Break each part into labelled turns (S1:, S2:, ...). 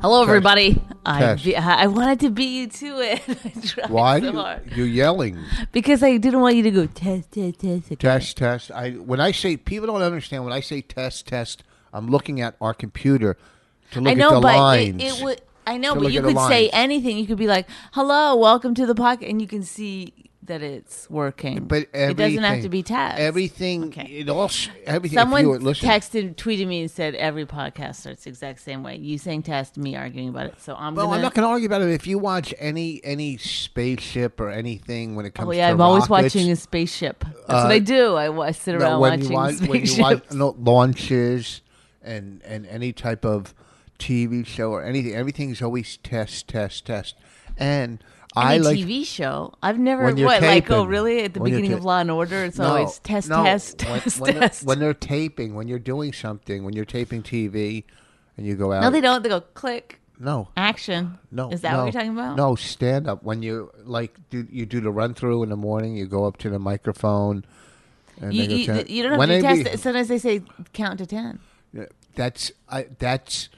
S1: Hello, everybody. I,
S2: Cash.
S1: be- I wanted to beat you to it. I tried
S2: Why
S1: so
S2: do you,
S1: hard.
S2: you're yelling?
S1: Because I didn't want you to go test, test, test. again.
S2: Test, test. I when I say people don't understand when I say test, test. I'm looking at our computer to look
S1: I know,
S2: at the
S1: but
S2: lines.
S1: it, it would. I know,
S2: To
S1: but
S2: look
S1: you
S2: at the
S1: could say
S2: lines.
S1: anything. You could be like, "Hello, welcome to the pocket," and you can see that it's working.
S2: but
S1: it doesn't have to
S2: everything-
S1: be test.
S2: Everything.
S1: Okay.
S2: It all. s- Everything. if
S1: Someone
S2: you were- listen,
S1: texted, tweeted me, and said every podcast starts the exact same way. You saying test, me arguing about it. So I'm
S2: Well,
S1: gonna.
S2: I'm not going to argue about it. If you watch any any spaceship or anything when it comes
S1: oh yeah,
S2: to
S1: I'm always
S2: rockets,
S1: watching a spaceship. That's what I do. I, wa- I sit
S2: no,
S1: around
S2: when
S1: watching
S2: you watch when
S1: spaceships.
S2: you watch no, launches and and any type of TV show or anything, everything's always test, test, test. And I
S1: Any
S2: like
S1: TV show. I've never what
S2: When you're
S1: like oh
S2: taping.
S1: really at the
S2: When you're
S1: beginning of
S2: ta-
S1: Law and Order. It's always test
S2: no.
S1: test
S2: when,
S1: test
S2: when
S1: test.
S2: They're, when they're taping, when you're doing something, when you're taping TV, and you go out.
S1: no, they don't. They go click
S2: No,
S1: action.
S2: no.
S1: is that
S2: no,
S1: what you're talking about?
S2: No, stand up. When you like, do you do the run through in the morning? You go up to the microphone. And
S1: you,
S2: they go
S1: you,
S2: turn-
S1: you don't have
S2: when
S1: to
S2: they
S1: test
S2: be-
S1: it. Sometimes they say count to ten.
S2: That's I. That's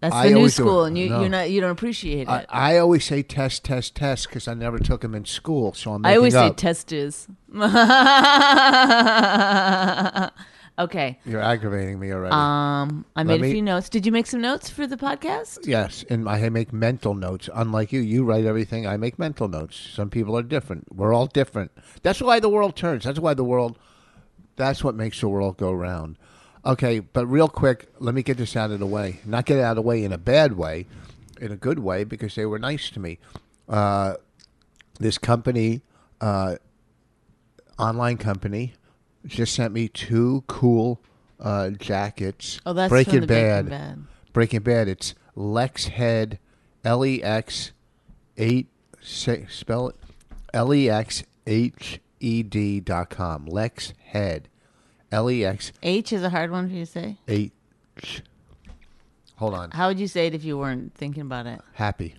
S1: That's the
S2: I
S1: new
S2: always do it.
S1: school, and you
S2: No.
S1: you're not you don't appreciate it.
S2: I,
S1: I,
S2: I always say test, test, test because I never took them in school, so I'm. Making
S1: always say
S2: up.
S1: test is. okay,
S2: You're aggravating me already.
S1: um, I made a
S2: me-
S1: few notes. Did you make some notes for the podcast?
S2: yes, and I make mental notes. Unlike you, you write everything. I make mental notes. Some people are different. We're all different. That's why the world turns. That's why the world. That's what makes the world go round. Okay, but real quick, let me get this out of the way. Not get it out of the way in a bad way, in a good way because they were nice to me. Uh, this company, uh, online company, just sent me two cool uh, jackets.
S1: Oh, that's
S2: Breaking
S1: from the
S2: Bad.
S1: Breaking Bad.
S2: Breaking Bad. It's Lex Head, L E X, eight. Say, spell it. L E X H E D dot com. Lex Head. L E X
S1: H is a hard one for you to say.
S2: H. Hold on.
S1: How would you say it if you weren't thinking about it?
S2: Happy.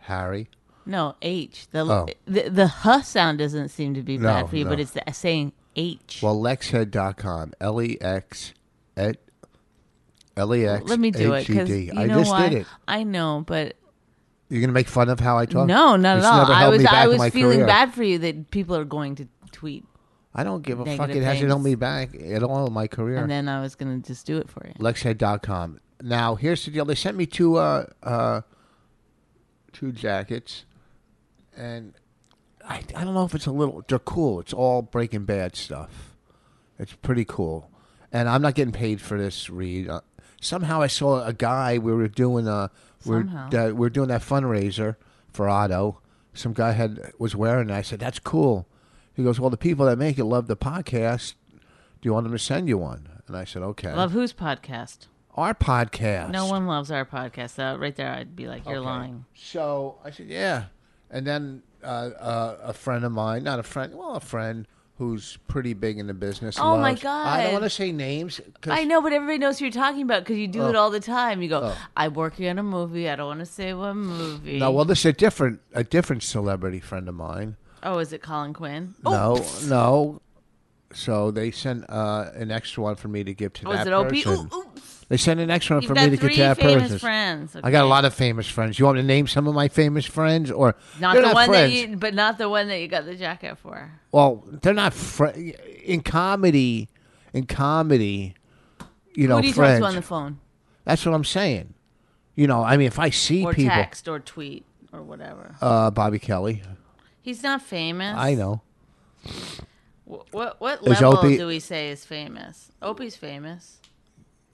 S2: Harry.
S1: No, H. The
S2: Oh.
S1: the, the huh sound doesn't seem to be
S2: No,
S1: bad for you, but
S2: no.
S1: it's the, saying H.
S2: Well, lexhead.com. L E X at L E X.
S1: Let me do it because you
S2: I
S1: know
S2: just
S1: why.
S2: did it.
S1: I know, but
S2: You're gonna make fun of how I talk?
S1: no, not
S2: It's
S1: at all.
S2: never
S1: I
S2: held
S1: was
S2: me back
S1: I
S2: in
S1: was
S2: my
S1: feeling
S2: career.
S1: bad for you that people are going to tweet,
S2: I don't give a fuck.
S1: Negative
S2: It hasn't held
S1: things.
S2: me back at all in my career.
S1: and then I was going to just do it for you.
S2: Lexhead.com. Now here's the deal. They sent me two uh uh two jackets and I, I don't know if it's a little they're cool. It's all breaking bad stuff. It's pretty cool. And I'm not getting paid for this read. Uh, somehow I saw a guy we were doing a we're
S1: Somehow.
S2: that we're doing that fundraiser for Otto. Some guy had was wearing it. I said, That's cool. He goes, Well the people that make it love the podcast. Do you want them to send you one? And I said, Okay
S1: Love whose podcast?
S2: our podcast.
S1: No one loves our podcast. Uh, right there, I'd be like, you're
S2: Okay.
S1: lying.
S2: So I said, yeah. And then uh, uh, a friend of mine, not a friend, well, a friend who's pretty big in the business.
S1: Oh, my
S2: loves- I
S1: God.
S2: don't want to say names. 'cause-
S1: I know, but everybody knows who you're talking about because you do
S2: Oh.
S1: it all the time. You go, I'm working on a movie. I don't want to say what movie.
S2: No, well, this is a different, a different celebrity friend of mine.
S1: oh, is it Colin Quinn?
S2: No, no. So they sent uh, an extra one for me to give to
S1: Oh,
S2: that
S1: is it OP?
S2: person.
S1: Ooh, ooh.
S2: They sent an extra one
S1: You've
S2: for
S1: got
S2: me to give
S1: three
S2: to that
S1: famous
S2: person.
S1: friends.
S2: I got
S1: okay.
S2: a lot of famous friends. You want me to name some of my famous friends, or
S1: Not
S2: They're
S1: the one
S2: friends.
S1: that you, but not the one that you got the jacket for.
S2: Well, they're not fr- in comedy. In comedy, you know,
S1: Who do you
S2: friends.
S1: talk to on the phone
S2: That's what I'm saying. You know, I mean, if I see
S1: or
S2: people,
S1: text or tweet or whatever?
S2: uh, Bobby Kelly,
S1: He's not famous.
S2: I know.
S1: Wh- What what
S2: Is
S1: level
S2: Opie-
S1: do we say is famous? Opie's famous.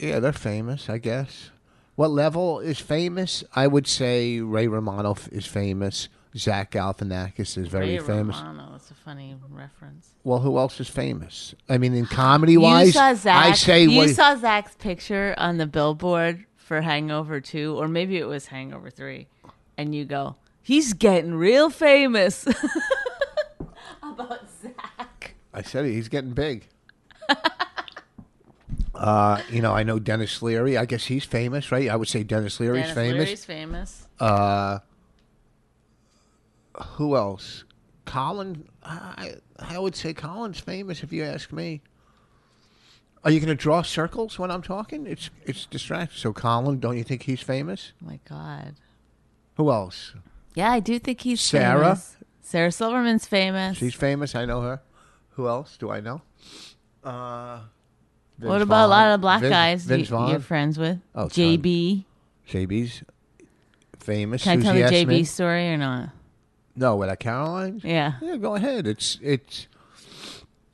S2: Yeah, they're famous, I guess. What level is famous? I would say Ray Romano f- is famous. Zach Galifianakis is
S1: Ray
S2: very famous.
S1: Romano. That's a funny reference.
S2: Well, who else is famous? I mean, in comedy wise,
S1: you saw Zach.
S2: I say
S1: you
S2: what,
S1: saw Zach's picture on the billboard for Hangover Two, or maybe it was Hangover Three, and you go, "He's getting real famous." About Zach.
S2: I said it, he's getting big. uh, you know, I know Dennis Leary. I guess he's famous, right? I would say Dennis Leary's
S1: Dennis
S2: famous.
S1: Leary's famous. Oh
S2: Who else? Colin. I I would say Colin's famous if you ask me. Are you going to draw circles when I'm talking? It's it's distracting. So Colin, don't you think he's famous?
S1: Oh my God.
S2: Who else?
S1: Yeah, I do think he's
S2: Sarah?
S1: famous. Sarah Silverman's famous.
S2: She's famous. I know her. Who else do I know? Uh, Vince
S1: what about a lot
S2: Vaughn.
S1: of black
S2: Vince-
S1: guys you,
S2: Vince Vaughn.
S1: you're friends with?
S2: Oh, ton.
S1: JB.
S2: JB's famous.
S1: Can I
S2: Susie
S1: tell the
S2: asked
S1: JB
S2: me-
S1: story or not?
S2: No, with that Caroline.
S1: Yeah.
S2: Yeah, go ahead. It's it's.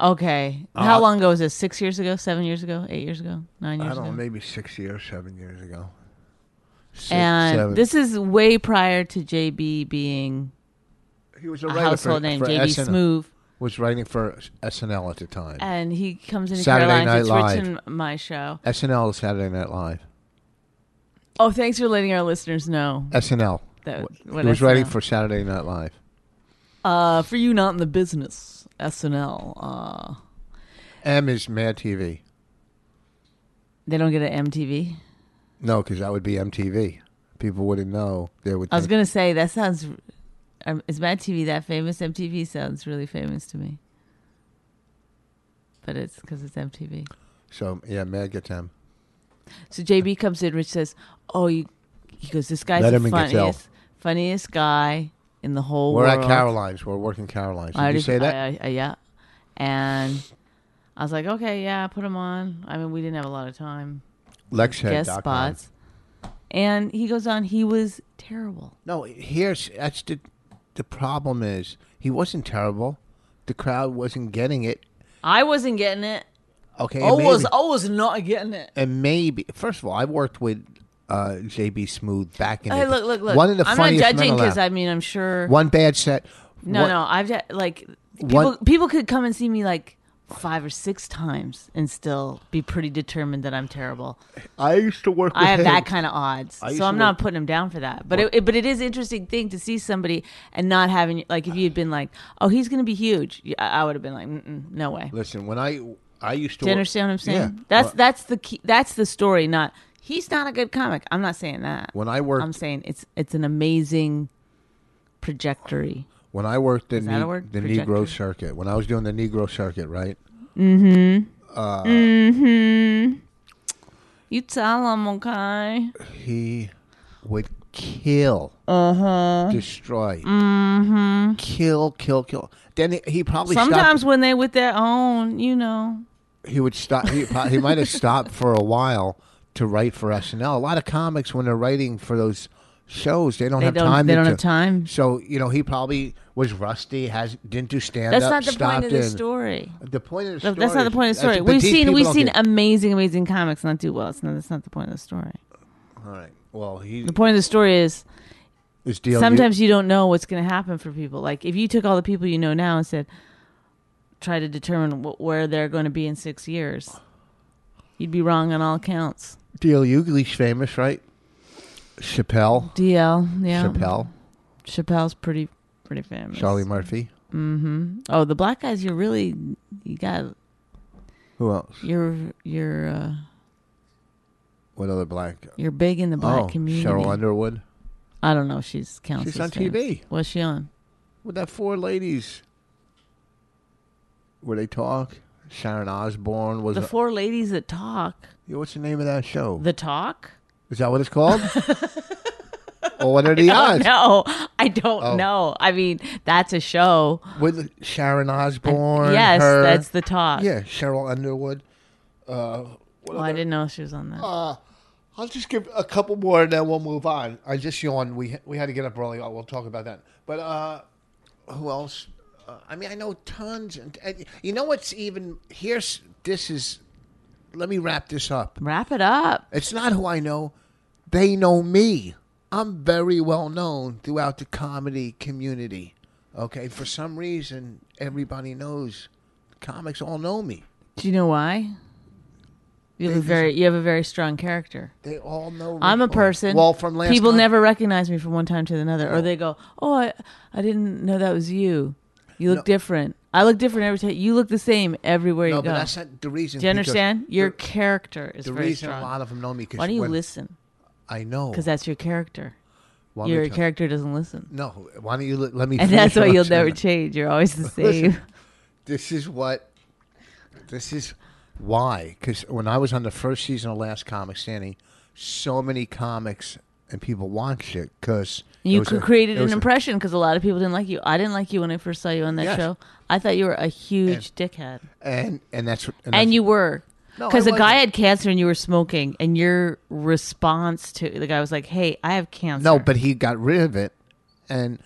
S1: Okay. How long ago was this? Six years ago? Seven years ago? Eight years ago? Nine years
S2: Uh, I don't know,
S1: ago?
S2: maybe six years, seven years ago. Six,
S1: and
S2: seven.
S1: this is way prior to JB being
S2: he was a,
S1: a
S2: writer
S1: household
S2: for,
S1: name,
S2: for
S1: JB
S2: SNL.
S1: Smoove.
S2: was writing for SNL at the time.
S1: And he comes into
S2: Saturday Night
S1: Caroline's.
S2: Live.
S1: It's Rich and my show.
S2: SNL is Saturday Night Live.
S1: Oh, thanks for letting our listeners know.
S2: SNL.
S1: That-
S2: Wh-
S1: what
S2: he was writing
S1: SNL?
S2: for Saturday Night Live.
S1: Uh, for you not in the business, SNL. Uh,
S2: M is Mad TV.
S1: they don't get an MTV.
S2: No, because that would be MTV. People wouldn't know. They would.
S1: I was
S2: think-
S1: gonna say that sounds. um, Is Mad TV that famous? MTV sounds really famous to me, but it's because it's MTV.
S2: so yeah, Mad gets M.
S1: So JB comes in, Rich says, "Oh, you," he goes, "This guy's
S2: Let him
S1: the
S2: in Gazelle.
S1: funniest, funniest guy in the whole
S2: We're
S1: world."
S2: at Caroline's. We're working Caroline's. Did
S1: I
S2: you
S1: just-
S2: say that?
S1: I- I- I- yeah, and I was like, "Okay, yeah, put him on." I mean, we didn't have a lot of time.
S2: Lexhead.com.
S1: guest spots, and he goes on. He was terrible.
S2: No, here's that's the the problem is he wasn't terrible. The crowd wasn't getting it.
S1: I wasn't getting Oh, it.
S2: Okay,
S1: I
S2: and maybe,
S1: was, I was not getting it.
S2: and maybe first of all, I worked with uh, JB Smooth back in.
S1: Hey,
S2: the,
S1: look, look, look.
S2: One of the
S1: I'm not
S2: funniest
S1: judging
S2: because
S1: I mean I'm sure.
S2: one bad set.
S1: no,
S2: one-
S1: no, I've had- like people.
S2: One-
S1: people could come and see me like five or six times and still be pretty determined that I'm terrible.
S2: I used to work. With
S1: I have
S2: him.
S1: that kind of odds,
S2: used
S1: so I'm
S2: to
S1: not
S2: work-
S1: putting him down for that. But it, it- but it is interesting thing to see somebody and not having like if you had been like, oh, he's going to be huge, y- I, would have been like, Mm-mm, no way.
S2: Listen, when I I used to.
S1: Do you
S2: work-
S1: understand what I'm saying?
S2: Yeah.
S1: That's
S2: Well,
S1: that's the key. That's the story. Not he's not a good comic. I'm not saying that.
S2: When I worked-
S1: I'm saying it's it's an amazing trajectory.
S2: when I worked the
S1: that
S2: ne-
S1: a word?
S2: the
S1: Projector?
S2: Negro circuit. When I was doing the Negro circuit, right?
S1: You tell him, okay?
S2: He would kill, uh-huh. destroy, kill, kill, kill. Then he, he probably stopped-
S1: Mm-hmm. Sometimes when they with their own, you know.
S2: he would stop. He, pro- he might have stopped for a while to write for SNL. A lot of comics, when they're writing for those shows, they don't
S1: They
S2: have
S1: don't-
S2: time.
S1: they
S2: to
S1: don't
S2: do-
S1: have time.
S2: So you know, he probably was rusty. Has didn't do stand
S1: That's
S2: up.
S1: not the
S2: stopped
S1: point of the
S2: in.
S1: story.
S2: The point of the
S1: Look,
S2: story.
S1: That's not the point of the
S2: is- uh,
S1: story.
S2: but
S1: We've
S2: these
S1: seen
S2: people
S1: we've
S2: don't
S1: seen
S2: get-
S1: amazing amazing comics not do well. It's not that's not the point of the story.
S2: all right. Well, he
S1: The point of the story is
S2: is dealing.
S1: sometimes you don't know what's going to happen for people. Like if you took all the people you know now and said, try to determine wh- where they're going to be in six years, you'd be wrong on all counts.
S2: Deal Ugly's famous, right? Chappelle,
S1: DL, yeah,
S2: Chappelle,
S1: Chappelle's pretty pretty famous.
S2: Charlie Murphy.
S1: Oh, the black guys, you're really you got
S2: Who else?
S1: you're you're uh,
S2: What other black?
S1: you're big in the black
S2: oh,
S1: community.
S2: Cheryl Underwood.
S1: I don't know if she's counts.
S2: She's
S1: as
S2: on
S1: famous.
S2: TV.
S1: What's she on?
S2: with that four ladies where they talk. Sharon Osbourne was.
S1: The
S2: a-
S1: four ladies that talk.
S2: Yeah, what's the name of that show?
S1: The talk.
S2: Is that what it's called? or what are the
S1: Oh
S2: odds?
S1: no, I don't
S2: Oh.
S1: know. I mean, that's a show.
S2: With Sharon Osbourne.
S1: yes,
S2: her-
S1: that's the talk.
S2: Yeah, Cheryl Underwood.
S1: Well, I didn't know she was on that.
S2: I'll just give a couple more and then we'll move on. I just yawned. We we had to get up early. Oh, We'll talk about that. But uh, who else? Uh, I mean, I know tons. And, and you know what's even here's this is let me wrap this up.
S1: Wrap it up.
S2: It's not who I know. They know me. I'm very well known throughout the comedy community. Okay, for some reason, everybody knows. Comics all know me.
S1: Do you know why? You have a very you have a very strong character.
S2: They all know.
S1: I'm a
S2: Rick-
S1: person.
S2: Well, from last
S1: people
S2: time-
S1: never recognize me from one time to another, or they go, "Oh, I, I didn't know that was you. You look
S2: No.
S1: different. I look different every time. You look the same everywhere
S2: No,
S1: you
S2: but
S1: go.
S2: that's not the reason.
S1: Do you
S2: because
S1: understand? Your
S2: the,
S1: character is
S2: the
S1: very
S2: reason
S1: strong.
S2: a lot of Oh. them know me because
S1: Why don't you
S2: when-
S1: listen?
S2: I know
S1: Because that's your character.
S2: Why don't
S1: Your
S2: you tell-
S1: character doesn't listen,
S2: No, why don't you let, let me?
S1: and
S2: finish
S1: that's why
S2: what I'm
S1: you'll never
S2: saying.
S1: change. You're always the
S2: Listen,
S1: same.
S2: this is what this is why because when i was on the first season of last comic standing so many comics and people watched it because
S1: You cr- created an
S2: was a-
S1: impression because a lot of people didn't like you. I didn't like you when I first saw you on that
S2: Yes.
S1: show. I thought you were a huge dickhead,
S2: and and that's what
S1: and you were
S2: No, I
S1: because the guy
S2: wasn't.
S1: had cancer and you were smoking, and your response to the guy was like, "Hey, I have cancer."
S2: no but he got rid of it and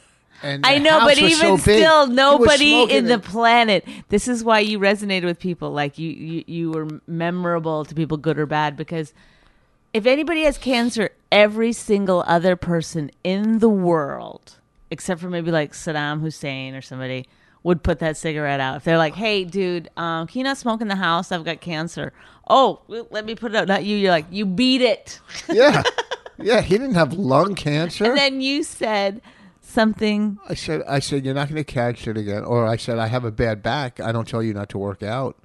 S2: and
S1: I
S2: the
S1: know,
S2: house
S1: but
S2: was
S1: even
S2: so big,
S1: still,
S2: he was
S1: nobody
S2: smoking
S1: in the
S2: it.
S1: planet. This is why you resonated with people. Like you, you, you were memorable to people, good or bad. Because if anybody has cancer, every single other person in the world, except for maybe like Saddam Hussein or somebody, would put that cigarette out. If they're like, "Hey, dude, um, can you not smoke in the house? I've got cancer." Oh, well, let me put it out. Not you. You're like, you beat it.
S2: yeah yeah he didn't have lung cancer
S1: And then you said something.
S2: I said, I said, you're not going to catch it again. Or I said, I have a bad back. I don't tell you not to work out.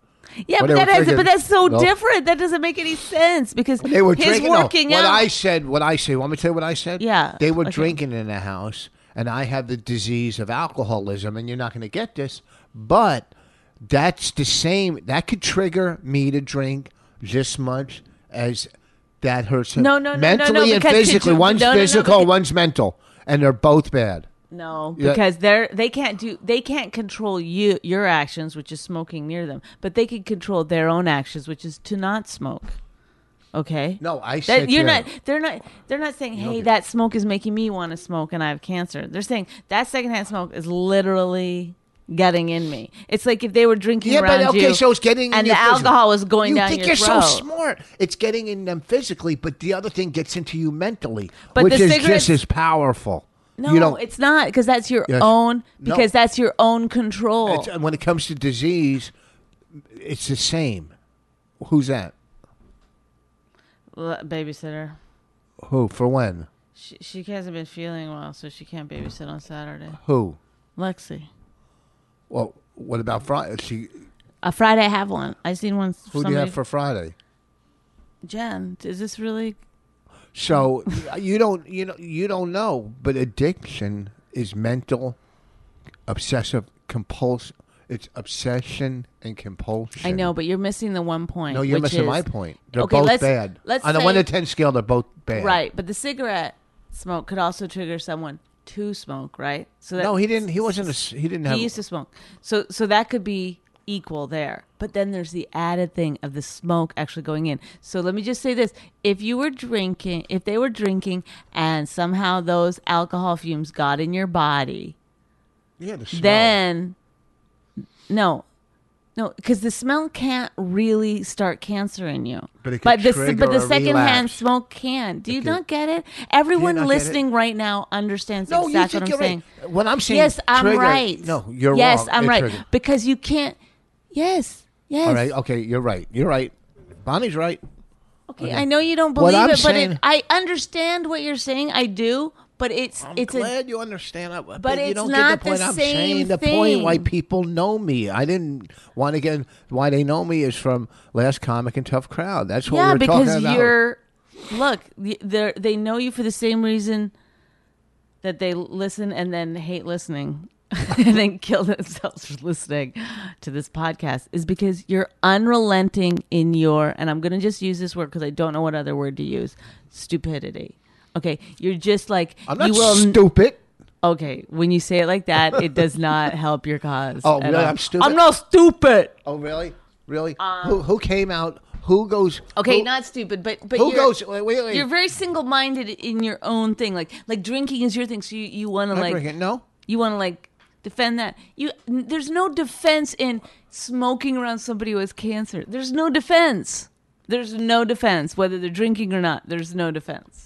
S1: Yeah, but,
S2: But they
S1: that
S2: were
S1: has,
S2: drinking-
S1: but that's so
S2: no.
S1: different. That doesn't make any sense because
S2: They were
S1: his
S2: drinking. no,
S1: working
S2: what
S1: out.
S2: I said, what I said. Want me to tell you what I said?
S1: Yeah,
S2: They were
S1: okay.
S2: drinking in the house, and I have the disease of alcoholism, and you're not going to get this, but that's the same. That could trigger me to drink this much as that hurts him.
S1: No, no, no, no,
S2: mentally
S1: no,
S2: and
S1: because could
S2: physically.
S1: you-
S2: one's
S1: no, no, no,
S2: physical,
S1: because-
S2: one's mental, and they're both bad.
S1: no,
S2: Yeah.
S1: because they're they can't do they can't control you your actions, which is smoking near them, but they can control their own actions, which is to not smoke. Okay.
S2: No, I
S1: That-
S2: said
S1: you're
S2: yeah.
S1: not. They're not. They're not saying, "Hey, that smoke is making me want to smoke, and I have cancer." They're saying that secondhand smoke is literally getting in me. It's like if they were drinking
S2: Yeah,
S1: around
S2: but okay,
S1: you,
S2: so it's getting in
S1: and
S2: your
S1: the
S2: physical.
S1: alcohol is going
S2: you
S1: down
S2: think
S1: your
S2: you're
S1: throat.
S2: so smart. It's getting in them physically, but the other thing gets into you mentally,
S1: But
S2: which
S1: the
S2: is
S1: cigarettes-
S2: just as powerful.
S1: No,
S2: you don't,
S1: it's not because that's your
S2: Yes.
S1: own
S2: No.
S1: because that's your own control.
S2: it's- when it comes to disease, it's the same. Who's that?
S1: L- babysitter.
S2: Who for when?
S1: She, she hasn't been feeling well, so she can't babysit on Saturday.
S2: Who?
S1: Lexi.
S2: Well, what about Friday? She
S1: Uh, Friday I have one. I seen one.
S2: who do you have for Friday?
S1: Jen? Is this really?
S2: So you don't you know you don't know, but addiction is mental, obsessive, compulsive. It's obsession and compulsion.
S1: I know, but you're missing the one point.
S2: No, you're
S1: which
S2: missing
S1: is-
S2: my point. They're
S1: okay,
S2: both
S1: let's,
S2: bad.
S1: Let's
S2: On a
S1: say-
S2: one to ten scale, they're both bad.
S1: Right, but the cigarette smoke could also trigger someone to smoke. Right. So that,
S2: No, he didn't. He wasn't. A, s- he didn't have.
S1: he used to smoke so so that could be equal there but then there's the added thing of the smoke actually going in so let me just say this if you were drinking if they were drinking and somehow those alcohol fumes got in your body
S2: yeah, the smell.
S1: then no no because the smell can't really start cancer in you
S2: But it could
S1: the,
S2: trigger
S1: but the
S2: a
S1: secondhand
S2: relapse.
S1: smoke can do you
S2: could-
S1: not get it
S2: not
S1: everyone
S2: get it?
S1: listening right now understands
S2: no, you
S1: exactly
S2: think
S1: what i'm
S2: you're
S1: saying
S2: right. What I'm saying.
S1: yes, I'm
S2: trigger-
S1: right.
S2: No, you're
S1: yes,
S2: wrong.
S1: I'm
S2: It
S1: right
S2: triggered.
S1: because you can't. Yes, yes.
S2: All right. oh, Okay, you're right. You're right. Bonnie's right.
S1: Okay, I know you don't
S2: What
S1: believe
S2: I'm
S1: it, but
S2: saying-
S1: it, I understand what you're saying. I do, but it's
S2: I'm
S1: it's a
S2: glad you understand. I, but
S1: it's
S2: you don't
S1: not the
S2: get the point. I'm
S1: same
S2: saying the point why
S1: thing.
S2: people know me. I didn't want to get why they know me is from last comic and tough crowd. That's what
S1: yeah
S2: we're
S1: because
S2: talking about.
S1: you're look y- they're they know you for the same reason that they listen and then hate listening and then kill themselves for listening to this podcast is because you're unrelenting in your and I'm going to just use this word because I don't know what other word to use stupidity. Okay, you're just like
S2: I'm not
S1: you will n-
S2: stupid.
S1: Okay, when you say it like that, it does not help your cause.
S2: Oh,
S1: at
S2: really?
S1: all.
S2: I'm stupid?
S1: I'm not stupid.
S2: Oh, really? Really? who, who came out? Who goes?
S1: Um, Okay,
S2: who-
S1: not stupid, but but
S2: Who
S1: you're,
S2: goes? Wait, wait, wait.
S1: You're very single-minded in your own thing. Like like drinking is your thing, so you you want to
S2: I'm
S1: like
S2: drinking. No.
S1: you want to like defend that. You n- there's no defense in smoking around somebody who has cancer. There's no defense. There's no defense whether they're drinking or not. There's no defense.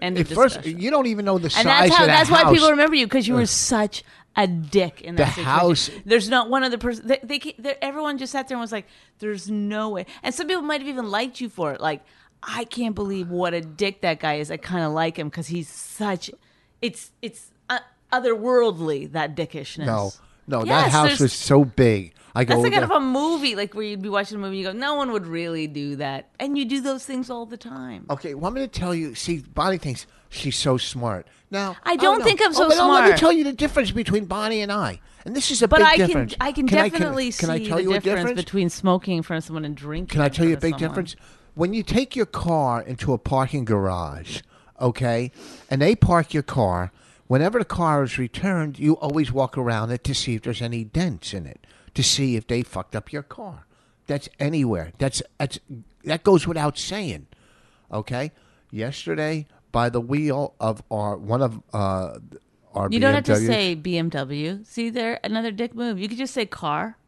S1: And
S2: At first, you don't even know the size
S1: and that's how
S2: of the
S1: that's why people
S2: house.
S1: remember you because you were such a dick in that
S2: The
S1: situation.
S2: house-
S1: There's not one other person. They, they, ca- they everyone just sat there and was like, "There's no way." And some people might have even liked you for it. Like, I can't believe what a dick that guy is. I kind of like him because he's such. It's it's uh, otherworldly that dickishness.
S2: No, no, that
S1: Yes,
S2: house
S1: there's-
S2: was so big. I go
S1: That's
S2: over
S1: the kind
S2: there.
S1: of a movie, like where you'd be watching a movie, and you go, "No one would really do that," and you do those things all the time.
S2: Okay, well, I'm going to tell you. See, Bonnie thinks she's so smart. Now,
S1: I don't
S2: no.
S1: think I'm so
S2: but I'm going
S1: smart.
S2: to tell you the difference between Bonnie and I, and this is a
S1: But
S2: big
S1: I can,
S2: difference.
S1: I can definitely see
S2: can, I tell
S1: the
S2: you
S1: difference,
S2: a difference?
S1: between smoking in front of someone and drinking.
S2: Can I
S1: in
S2: tell you a
S1: front of
S2: big
S1: someone.
S2: difference? When you take your car into a parking garage, okay, and they park your car, whenever the car is returned, you always walk around it to see if there's any dents in it, to see if they fucked up your car. That's anywhere. That's that's that goes without saying. Okay? Yesterday, by the wheel of our one of uh our
S1: You don't have to
S2: BMWs
S1: say BMW. See there, another dick move. You could just say car.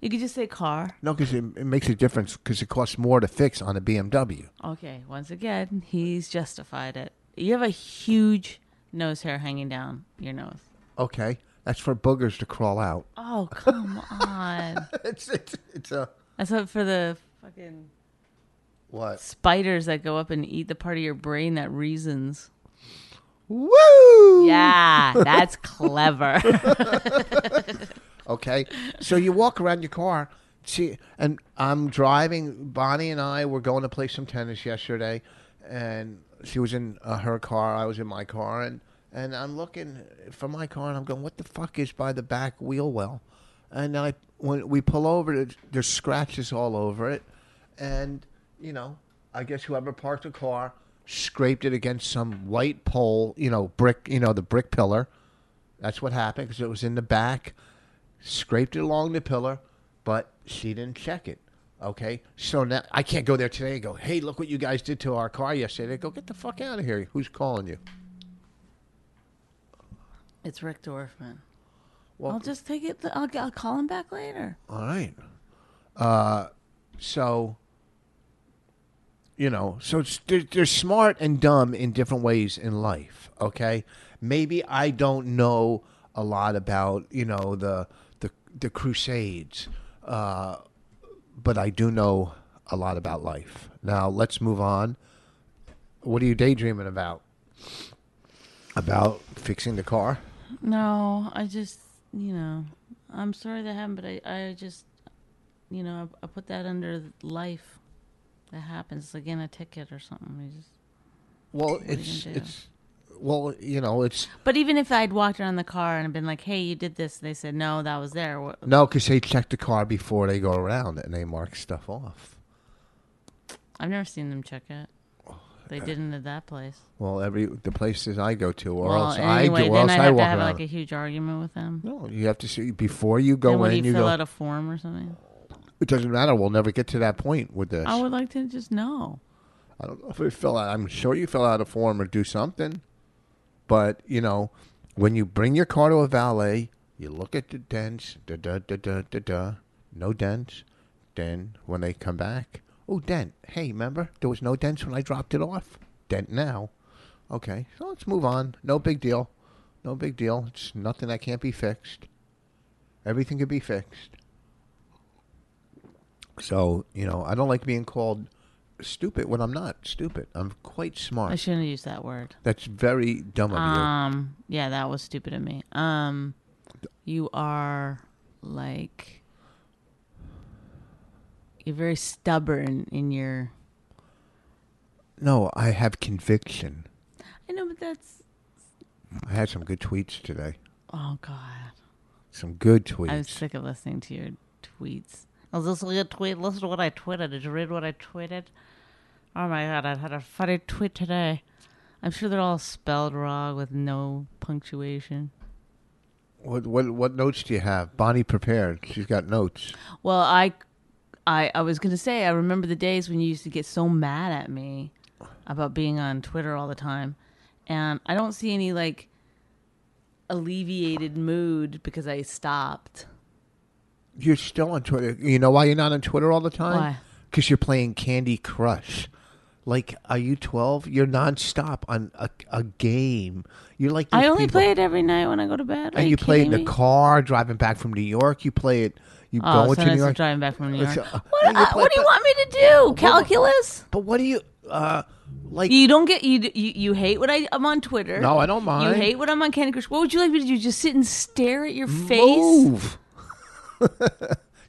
S1: You could just say car.
S2: no, because it, it makes a difference because it costs more to fix on a BMW.
S1: Okay, once again, he's justified it. You have a huge nose hair hanging down your nose.
S2: Okay, that's for boogers to crawl out.
S1: Oh come on!
S2: it's, it's it's a
S1: That's what for the fucking
S2: what?
S1: spiders that go up and eat the part of your brain that reasons.
S2: Woo!
S1: Yeah, that's clever.
S2: Okay. So you walk around your car. See, and I'm driving. Bonnie and I were going to play some tennis yesterday, and she was in uh, her car. I was in my car, and and I'm looking for my car, and I'm going, "What the fuck is by the back wheel well?" And I when we pull over, there's- there's scratches all over it, and you know, I guess whoever parked the car scraped it against some white pole, you know, brick, you know, the brick pillar. That's what happened because it was in the back scraped it along the pillar, but she didn't check it. Okay, so now I can't go there today and go, "Hey, look what you guys did to our car yesterday." Go get the fuck out of here. Who's calling you?
S1: It's Rick Dorfman.
S2: Well-
S1: I'll just take it. I'll, I'll call him back later.
S2: All right. Uh, so you know, so it's, they're, they're smart and dumb in different ways in life. Okay, maybe I don't know a lot about you know the the the Crusades, uh, but I do know a lot about life. Now let's move on. What are you daydreaming about? About fixing the car?
S1: No, I just, you know, I'm sorry that happened, but I, I just, you know, I, I put that under life. That happens again, a ticket or something. I just-
S2: Well,
S1: you
S2: it's
S1: gonna do?
S2: it's well, you know, it's
S1: But even if I'd walked around the car and been like, "Hey, you did this," they said, "No, that was there." What,
S2: No, because they check the car before they go around and they mark stuff off.
S1: I've never seen them check it. They didn't at that place.
S2: Well, every the places I go to, or
S1: well,
S2: else I
S1: anyway,
S2: do, or
S1: then
S2: else
S1: I'd
S2: I,
S1: have to
S2: walk
S1: have
S2: around.
S1: like a huge argument with them.
S2: no, you have to see before you go
S1: then would
S2: in.
S1: he
S2: You
S1: fill
S2: go.
S1: out a form or something?
S2: it doesn't matter. We'll never get to that point with this.
S1: I would like to just know.
S2: I don't know if we fill out. I'm sure you fill out a form or do something, but you know, when you bring your car to a valet, you look at the dents. Da da da da da da. No dents. Then when they come back, oh dent. Hey, remember there was no dents when I dropped it off. Dent now. Okay, so let's move on. No big deal. No big deal. It's nothing that can't be fixed. Everything can be fixed. So, you know, I don't like being called stupid when I'm not stupid. I'm quite
S1: I
S2: smart.
S1: shouldn't have used that word.
S2: That's very dumb of
S1: Um, yeah, that was stupid of me. Um, you are like you're very stubborn in your.
S2: you. No, I have conviction.
S1: I know, but that's
S2: I had some good tweets today.
S1: oh god,
S2: Some good tweets.
S1: I'm sick of listening to your tweets. I was listening to your tweet. Listen to what I tweeted. Did you read what I tweeted? Oh my god, I had a funny tweet today. I'm sure they're all spelled wrong with no punctuation.
S2: What, what what notes do you have? Bonnie prepared. She's got notes.
S1: Well, I, I, I was gonna say I remember the days when you used to get so mad at me about being on Twitter all the time, and I don't see any like alleviated mood because I stopped.
S2: You're still on Twitter. You know why you're not on Twitter all the time?
S1: Why?
S2: because you're playing Candy Crush. Like, are you 12? You're nonstop on a, a game. You're like
S1: I
S2: those
S1: only
S2: people-
S1: play it every night when I go to bed. Are
S2: and you, play it
S1: kidding
S2: in the
S1: me?
S2: car driving back from New York. You play it. You
S1: Oh,
S2: go into
S1: sometimes
S2: New
S1: I'm
S2: York.
S1: driving back from New York.
S2: It's, uh,
S1: What,
S2: and you
S1: uh,
S2: play-
S1: what do you want me to do? Calculus?
S2: But what do you uh like?
S1: You don't get you, you. You hate when I, I'm on Twitter.
S2: No, I don't mind.
S1: You hate when I'm on Candy Crush. What would you like me to do? Just sit and stare at your face?
S2: move.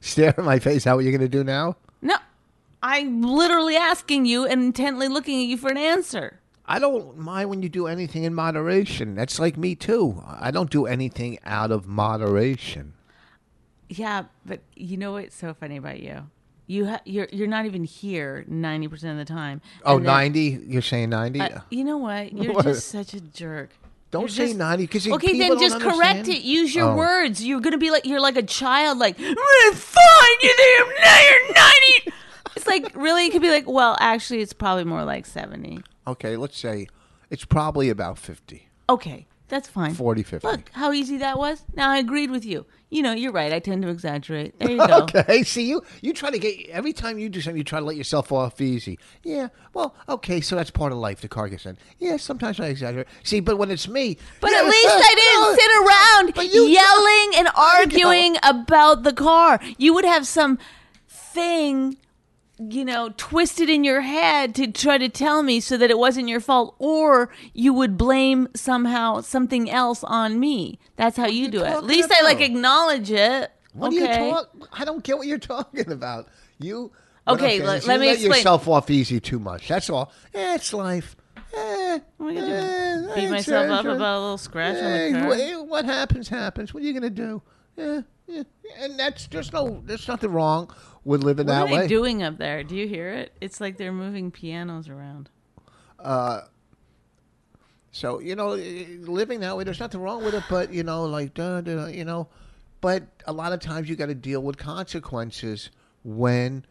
S2: Stare at my face. How are you going to do now?
S1: No, I'm literally asking you and intently looking at you for an answer.
S2: I don't mind when you do anything in moderation. That's like me too. I don't do anything out of moderation.
S1: Yeah, but you know what's so funny about you? You ha- you're you're not even here ninety percent of the time.
S2: Oh,
S1: And then-
S2: 90? You're saying 90?
S1: Uh, you know what? You're
S2: What?
S1: just such a jerk.
S2: Don't
S1: You're
S2: say
S1: just-
S2: 90, 'cause you-
S1: okay,
S2: people
S1: then just
S2: don't
S1: correct
S2: understand.
S1: it. Use your
S2: Oh.
S1: words. You're gonna be like you're like a child. Like "Eh, fine, you think I'm- now you're ninety. It's like really, it could be like, well, actually, it's probably more like seventy.
S2: okay, let's say it's probably about 50.
S1: Okay, that's fine.
S2: 40, 50.
S1: Look how easy that was. Now I agreed with you. You know, you're right. I tend to exaggerate. There you go.
S2: Okay, see you. You try to get every time you do something, you try to let yourself off easy. Yeah, well, okay, so that's part of life. The car gets in. Yeah, sometimes I exaggerate. See, but when it's me,
S1: But
S2: Yeah,
S1: at least
S2: uh, no.
S1: I didn't
S2: But
S1: sit around
S2: you-
S1: yelling and arguing about the car. You would have some thing, you know, twisted in your head to try to tell me so that it wasn't your fault, or you would blame somehow something else on me. That's how you do it. At
S2: talking
S1: least I like
S2: about?
S1: acknowledge it.
S2: What
S1: okay.
S2: are you talking? I don't get what you're talking about. You what
S1: Okay,
S2: I'm saying
S1: let-
S2: is
S1: let
S2: you
S1: me
S2: let
S1: explain.
S2: yourself off easy too much. That's all. Eh, it's life. Eh,
S1: What am I gonna do?
S2: eh, I
S1: Beat myself up
S2: exaggerate.
S1: about a little scratch
S2: Eh,
S1: on the car.
S2: wh- what happens happens. What are you gonna do? Yeah, yeah. And that's there's no there's nothing wrong with living
S1: What
S2: that
S1: are
S2: way.
S1: they doing up there? Do you hear it? It's like they're moving pianos around.
S2: So you know, i- living that way, there's nothing wrong with it. But you know, like duh, duh, you know, but a lot of times you got to deal with consequences when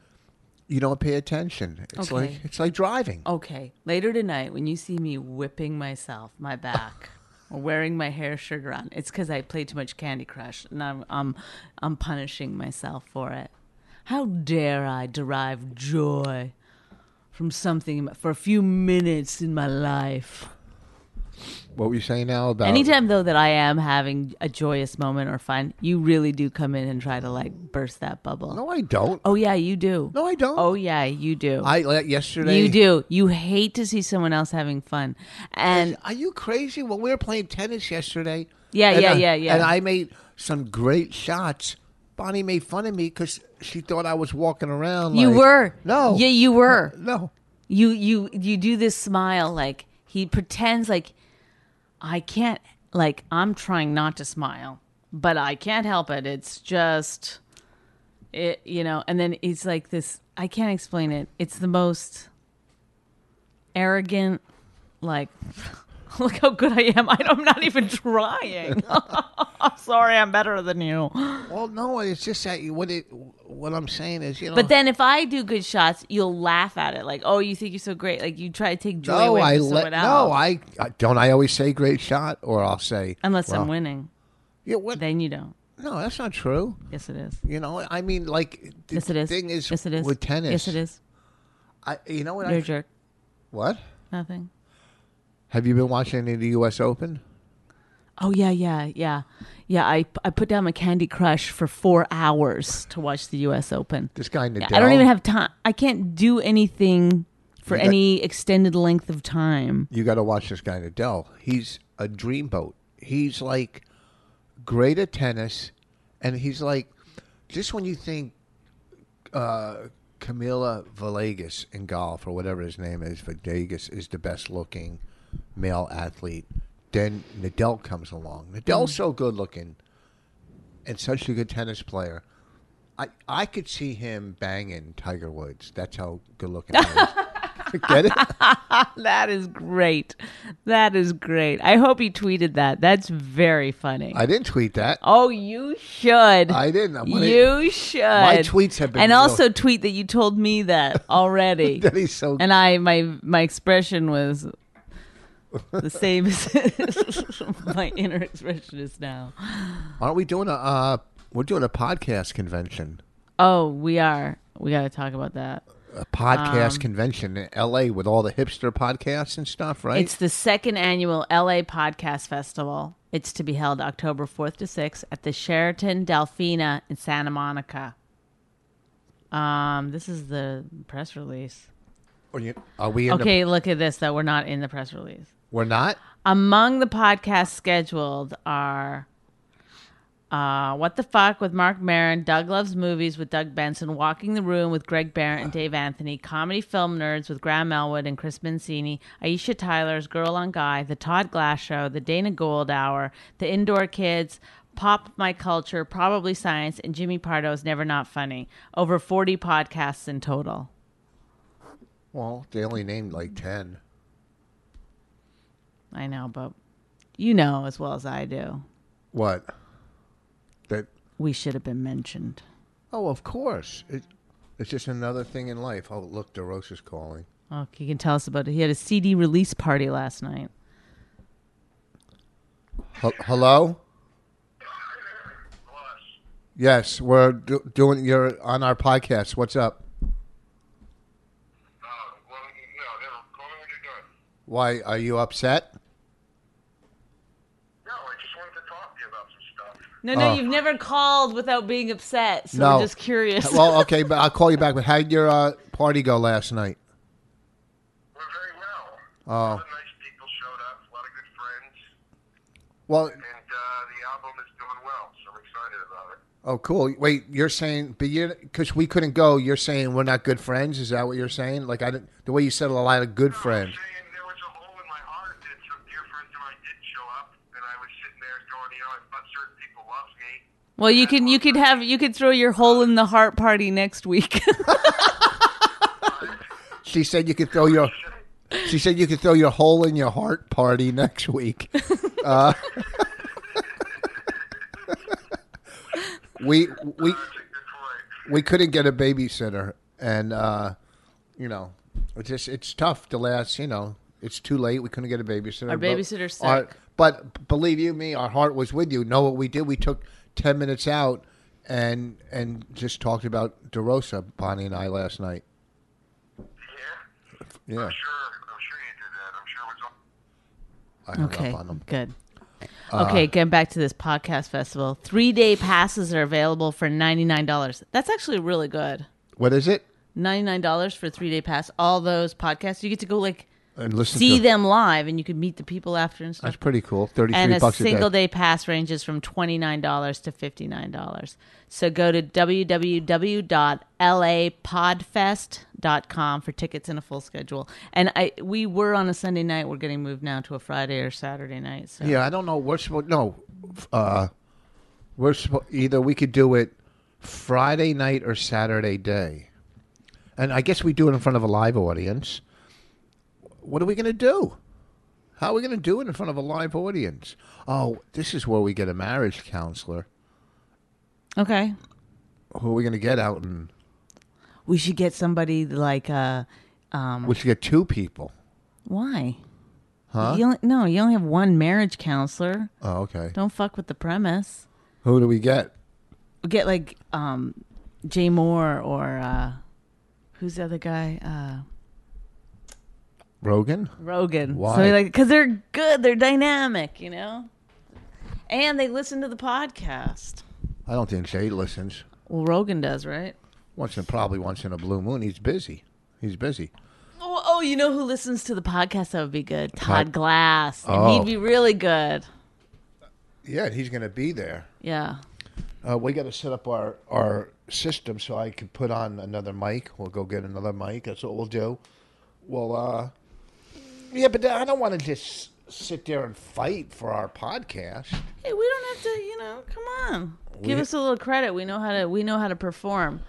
S2: you don't pay attention.
S1: Okay.
S2: It's
S1: Oh.
S2: like it's like driving.
S1: Okay. Later tonight, when you see me whipping myself, my back, or wearing my hair shirt around, it's because I played too much Candy Crush, and I'm I'm I'm punishing myself for it. How dare I derive joy from something in my- for a few minutes in my life?
S2: What were you saying now about?
S1: Anytime though that I am having a joyous moment or fun, you really do come in and try to like burst that bubble.
S2: No, I don't.
S1: Oh yeah, you do.
S2: No, I don't.
S1: Oh yeah, you do.
S2: I like, yesterday.
S1: You do. You hate to see someone else having fun. And
S2: Are you crazy? Well, we were playing tennis yesterday.
S1: Yeah,
S2: and
S1: yeah,
S2: I-
S1: yeah, yeah.
S2: And I made some great shots. Bonnie made fun of me because she thought I was walking around.
S1: you
S2: like-
S1: were.
S2: No.
S1: Yeah, you were.
S2: No.
S1: You you you do this smile like he pretends like I can't like I'm trying not to smile, but I can't help it. It's just it you know, and then it's like this I can't explain it. It's the most arrogant like look how good I am. I don't- I'm not even trying. I'm sorry, I'm better than you.
S2: Well, no. It's just that you- what it. What I'm saying is, you know.
S1: But then if I do good shots, you'll laugh at it. Like, oh, you think you're so great. Like you try to take joy
S2: No,
S1: away from
S2: I
S1: someone
S2: let
S1: else.
S2: no. I I- don't. I always say great shot, or I'll say
S1: Unless
S2: well,
S1: I'm winning,
S2: Yeah, what?
S1: then you don't.
S2: no, that's not true.
S1: Yes, it is.
S2: You know, I mean, like the
S1: Yes, it is.
S2: thing is,
S1: yes, it is.
S2: with tennis.
S1: Yes, it is.
S2: I, you know what?
S1: You're a
S2: I,
S1: jerk.
S2: what?
S1: Nothing.
S2: Have you been watching any of the U.S. Open?
S1: Oh yeah, yeah, yeah, yeah. I I put down my Candy Crush for four hours to watch the U.S. Open.
S2: This guy Nadal.
S1: Yeah, I don't even have time. I can't do anything for
S2: got-
S1: any extended length of time.
S2: You got to watch this guy Nadal. He's a dreamboat. He's like great at tennis, and he's like just when you think uh, Camila Villegas in golf or whatever his name is, Villegas is the best looking male athlete. Then Nadal comes along. Nadal's so good looking and such a good tennis player. I I could see him banging Tiger Woods. That's how good looking. he is. Get it?
S1: That is great. That is great. I hope he tweeted that. That's very funny.
S2: I didn't tweet that.
S1: Oh, you should.
S2: I didn't. I'm gonna-
S1: you should.
S2: My tweets have been
S1: And
S2: real-
S1: also tweet that you told me that already.
S2: That is so.
S1: and I my my expression was the same as my inner expression is now.
S2: aren't we doing a? Uh, we're doing a podcast convention.
S1: Oh, we are. We got to talk about that.
S2: a podcast convention in L.A. with all the hipster podcasts and stuff, right?
S1: It's the second annual LA Podcast Festival. It's to be held October 4th to 6th at the Sheraton Delfina in Santa Monica. Um, this is the press release.
S2: Or you- are we in
S1: Okay, look at this though. We're not in the press release.
S2: the, We're not.
S1: Among the podcasts scheduled are uh, What the Fuck with Mark Marin, Doug Loves Movies with Doug Benson, Walking the Room with Greg Barrett and Dave Anthony, Comedy Film Nerds with Graham Elwood and Chris Mancini, Aisha Tyler's Girl on Guy, The Todd Glass Show, The Dana Gold Hour, The Indoor Kids, Pop My Culture, Probably Science, and Jimmy Pardo's Never Not Funny. Over 40 podcasts in total.
S2: Well, they only named like ten.
S1: I know, but you know as well as I do,
S2: What? That?
S1: we should have been mentioned.
S2: Oh, of course. It, it's just another thing in life. Oh, look, DeRosa's calling.
S1: Oh, he can tell us about it. He had a CD release party last night.
S2: Hel- Hello. Yes, we're do- doing. You're on our podcast. What's up? Why are you upset?
S1: No, no,
S2: Oh.
S1: you've never called without being upset. So
S2: no,
S1: we're just curious.
S2: well, okay, but I'll call you back. But how did your uh, party go last night?
S3: Oh. Nice people showed up, a lot of good friends,
S2: Well,
S3: and uh, the album is doing well, so I'm excited about it.
S2: oh, cool. Wait, you're saying, but you because we couldn't go, you're saying we're not good friends. Is that what you're saying? Like I didn't. The way you said a lot of good friends.
S3: saying there was a hole in my heart that some dear friends of mine did show up, and I was sitting there going, you know, I thought certain people loved me.
S1: well, you can you could have you could throw your hole in the heart party next week.
S2: She said you could throw your. She said you could throw your hole in your heart party next week. Uh, we we
S3: That's a good point.
S2: we couldn't get a babysitter, and uh, you know, it's just it's tough to last. You know, it's too late. We couldn't get a babysitter.
S1: Our
S2: but
S1: babysitter's
S2: our-
S1: sick.
S2: but believe you me, our heart was with you. Know what we did? We took ten minutes out and and just talked about DeRosa, Bonnie and I last night.
S3: Yeah,
S2: Yeah,
S3: I'm sure. I'm sure you did that. I'm sure it was.
S1: okay,
S2: I hung
S3: all-
S2: up on Uh, them.
S1: good. Okay, getting back to this podcast festival. Three day passes are available for ninety nine dollars. That's actually really good.
S2: What is it?
S1: Ninety nine dollars for a three day pass. All those podcasts you get to go like
S2: and listen
S1: see
S2: to
S1: them live, and you can meet the people after and stuff.
S2: That's pretty cool. Thirty
S1: and
S2: three
S1: a
S2: bucks a
S1: single
S2: day.
S1: day. pass ranges from $29 to $59 so go to www.lapodfest.com for tickets and a full schedule and i we were on a sunday night we're getting moved now to a friday or saturday night so
S2: Yeah, I don't know. We're supposed no. f- Uh, we're supposed either we could do it Friday night or Saturday day, and I guess we do it in front of a live audience. What are we going to do? How are we going to do it in front of a live audience? Oh, this is where we get a marriage counselor.
S1: okay
S2: Who are we going to get out and
S1: we should get somebody like uh
S2: we should get two people.
S1: why huh you only, no you only have one marriage counselor
S2: Oh, okay.
S1: don't fuck with the premise
S2: Who do we get?
S1: get like um jay moore or uh who's the other guy uh
S2: Rogan.
S1: Rogan.
S2: Why?
S1: So we like because they're good, they're dynamic, you know, and they listen to the podcast.
S2: I don't think Jay listens.
S1: Well, Rogan does, right?
S2: Once in probably once in a blue moon. He's busy. He's busy.
S1: Oh, oh, you know who listens to the podcast? That would be good. Todd
S2: Todd-
S1: Glass. And
S2: Oh.
S1: He'd be really good.
S2: Yeah, he's going to be there.
S1: Yeah.
S2: Uh, we got to set up our, our system so I can put on another mic. We'll go get another mic. That's what we'll do. We'll, uh, yeah, but I don't want to just sit there and fight for our podcast.
S1: Hey, we don't have to, you know. Come on, give us a little credit. We know how to. We know how to perform.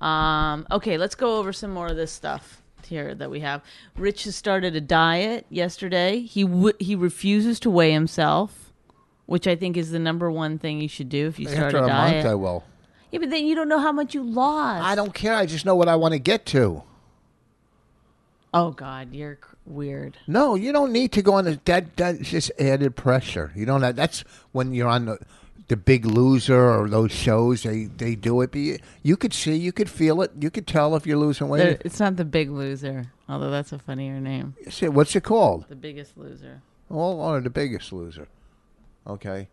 S1: Um, okay, let's go over some more of this stuff here that we have. Rich has started a diet yesterday. He w- he refuses to weigh himself, which I think is the number one thing you should do if you start
S2: After
S1: a
S2: a
S1: diet.
S2: month, I will.
S1: yeah, but then you don't know how much you lost.
S2: I don't care. I just know what I want to get to.
S1: Oh God, you're cr- weird.
S2: No, you don't need to go on. A, that that's just added pressure. You don't. Have, that's when you're on the the Big Loser or those shows. They they do it. But you, you could see, you could feel it, you could tell if you're losing weight.
S1: There- It's not the big loser, although that's a funnier name.
S2: Say, what's it called?
S1: The biggest loser.
S2: Well, or the Biggest Loser. Okay,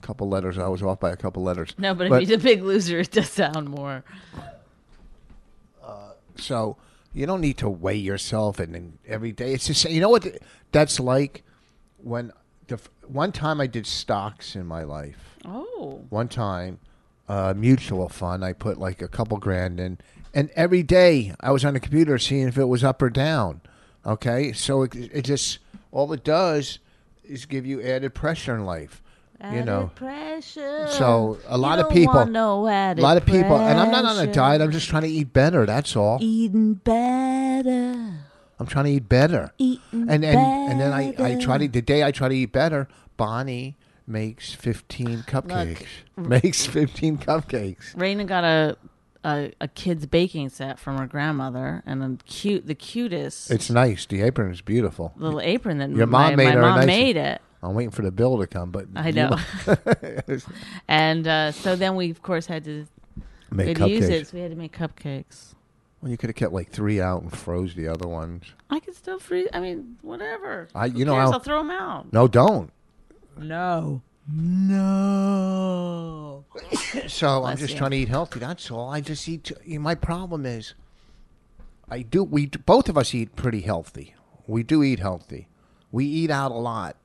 S2: a couple letters. I was off by a couple letters.
S1: No, but, if he's a big loser, it does sound more.
S2: So you don't need to weigh yourself and then every day. It's just you know what th- that's like when the f- one time I did stocks in my life.
S1: Oh.
S2: One time, uh, mutual fund. I put like a couple grand in, and every day I was on the computer seeing if it was up or down. Okay, so it, it just all it does is give you added pressure in life. you know,
S1: pressure.
S2: so a lot
S1: You
S2: of
S1: don't
S2: people,
S1: want no
S2: a
S1: added
S2: lot of people, and I'm not on a
S1: pressure.
S2: diet. I'm just trying to eat better. That's all.
S1: Eating better.
S2: I'm trying to eat better.
S1: Eating
S2: and and and then I I try to the day I try to eat better. Bonnie makes 15 cupcakes. Makes 15 cupcakes.
S1: Raina got a, a a kid's baking set from her grandmother, and a cute, the cutest
S2: It's nice. The apron is beautiful.
S1: little apron that
S2: Your
S1: my,
S2: mom made
S1: my
S2: her a
S1: mom
S2: nice-
S1: made it.
S2: I'm waiting for the bill to come, but
S1: I
S2: you
S1: know. and uh, so then we, of course, had to we
S2: make
S1: had to use it.
S2: cupcakes.
S1: So we had to make cupcakes.
S2: Well, you could have kept like three out and froze the other ones.
S1: I could still freeze. I mean, whatever.
S2: I-
S1: Who
S2: you know,
S1: cares?
S2: I'll-
S1: I'll throw them out.
S2: No, don't.
S1: No. No.
S2: So I'm
S1: Bless
S2: just
S1: you.
S2: trying to eat healthy. That's all. I just eat. you know, My problem is, I do. We d- both of us eat pretty healthy. We do eat healthy. We eat out a lot.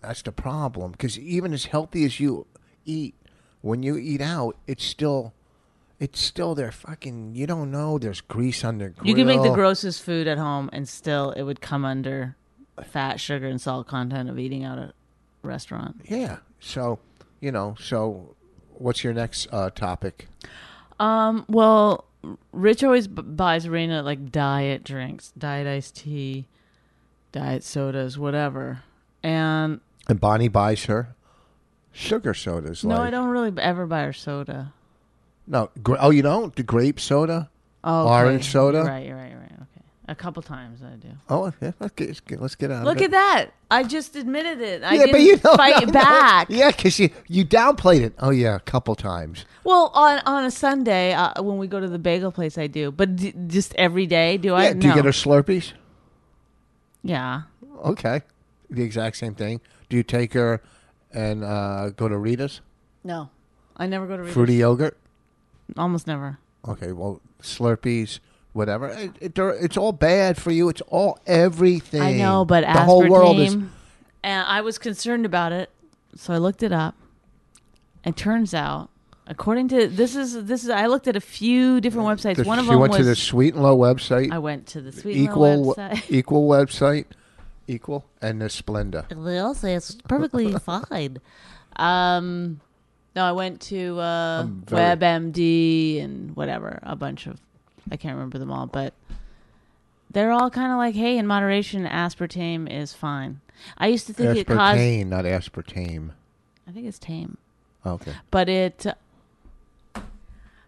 S2: That's the problem. Because even as healthy as you eat, when you eat out, it's still, it's still there. Fucking, you don't know. There's grease on the grill.
S1: You could make the grossest food at home, and still it would come under fat, sugar, and salt content of eating out at a restaurant.
S2: Yeah. So, you know. So, what's your next uh, topic?
S1: Um. Well, Rich always b- buys Raina like diet drinks, diet iced tea, diet sodas, whatever. And
S2: And Bonnie buys her sugar sodas.
S1: no,
S2: like-
S1: I don't really ever buy her soda.
S2: No. Gra- oh, you don't? The grape soda?
S1: Oh, okay.
S2: Orange soda?
S1: You're right. You're right. You're right. Okay. A couple times I do.
S2: Oh, okay. Let's get, let's get- let's get out
S1: Look
S2: of it.
S1: at that! I just admitted it. I
S2: Yeah,
S1: didn't
S2: but you don't
S1: fight
S2: no, no.
S1: back.
S2: Yeah, because you, you downplayed it. Oh, yeah, a couple times.
S1: Well, on on a Sunday uh, when we go to the bagel place, I do. But d- just every day, do I?
S2: yeah, do you
S1: No.
S2: get her Slurpees?
S1: Yeah.
S2: Okay. The exact same thing. Do you take her and uh, go to Rita's?
S1: No, I never go to Rita's.
S2: Fruity yogurt?
S1: Almost never.
S2: Okay, well, Slurpees, whatever. It, it, they're- it's all bad for you. It's all everything.
S1: I know, but
S2: the
S1: aspartame.
S2: whole world is.
S1: And I was concerned about it, so I looked it up. And turns out, according to this is this is I looked at a few different websites.
S2: Uh, The,
S1: One of
S2: she
S1: them
S2: went
S1: was
S2: to the Sweet and Low website.
S1: I went to the Sweet and Low
S2: equal
S1: website.
S2: equal website equal and the splenda
S1: They all say it's perfectly fine. Um, no, I went to uh,
S2: I'm very-
S1: WebMD and whatever, a bunch of, I can't remember them all, but they're all kind of like, hey, in moderation, aspartame is fine. I used to think it caused,
S2: aspartame not aspartame
S1: I think it's tame,
S2: okay
S1: but it. uh,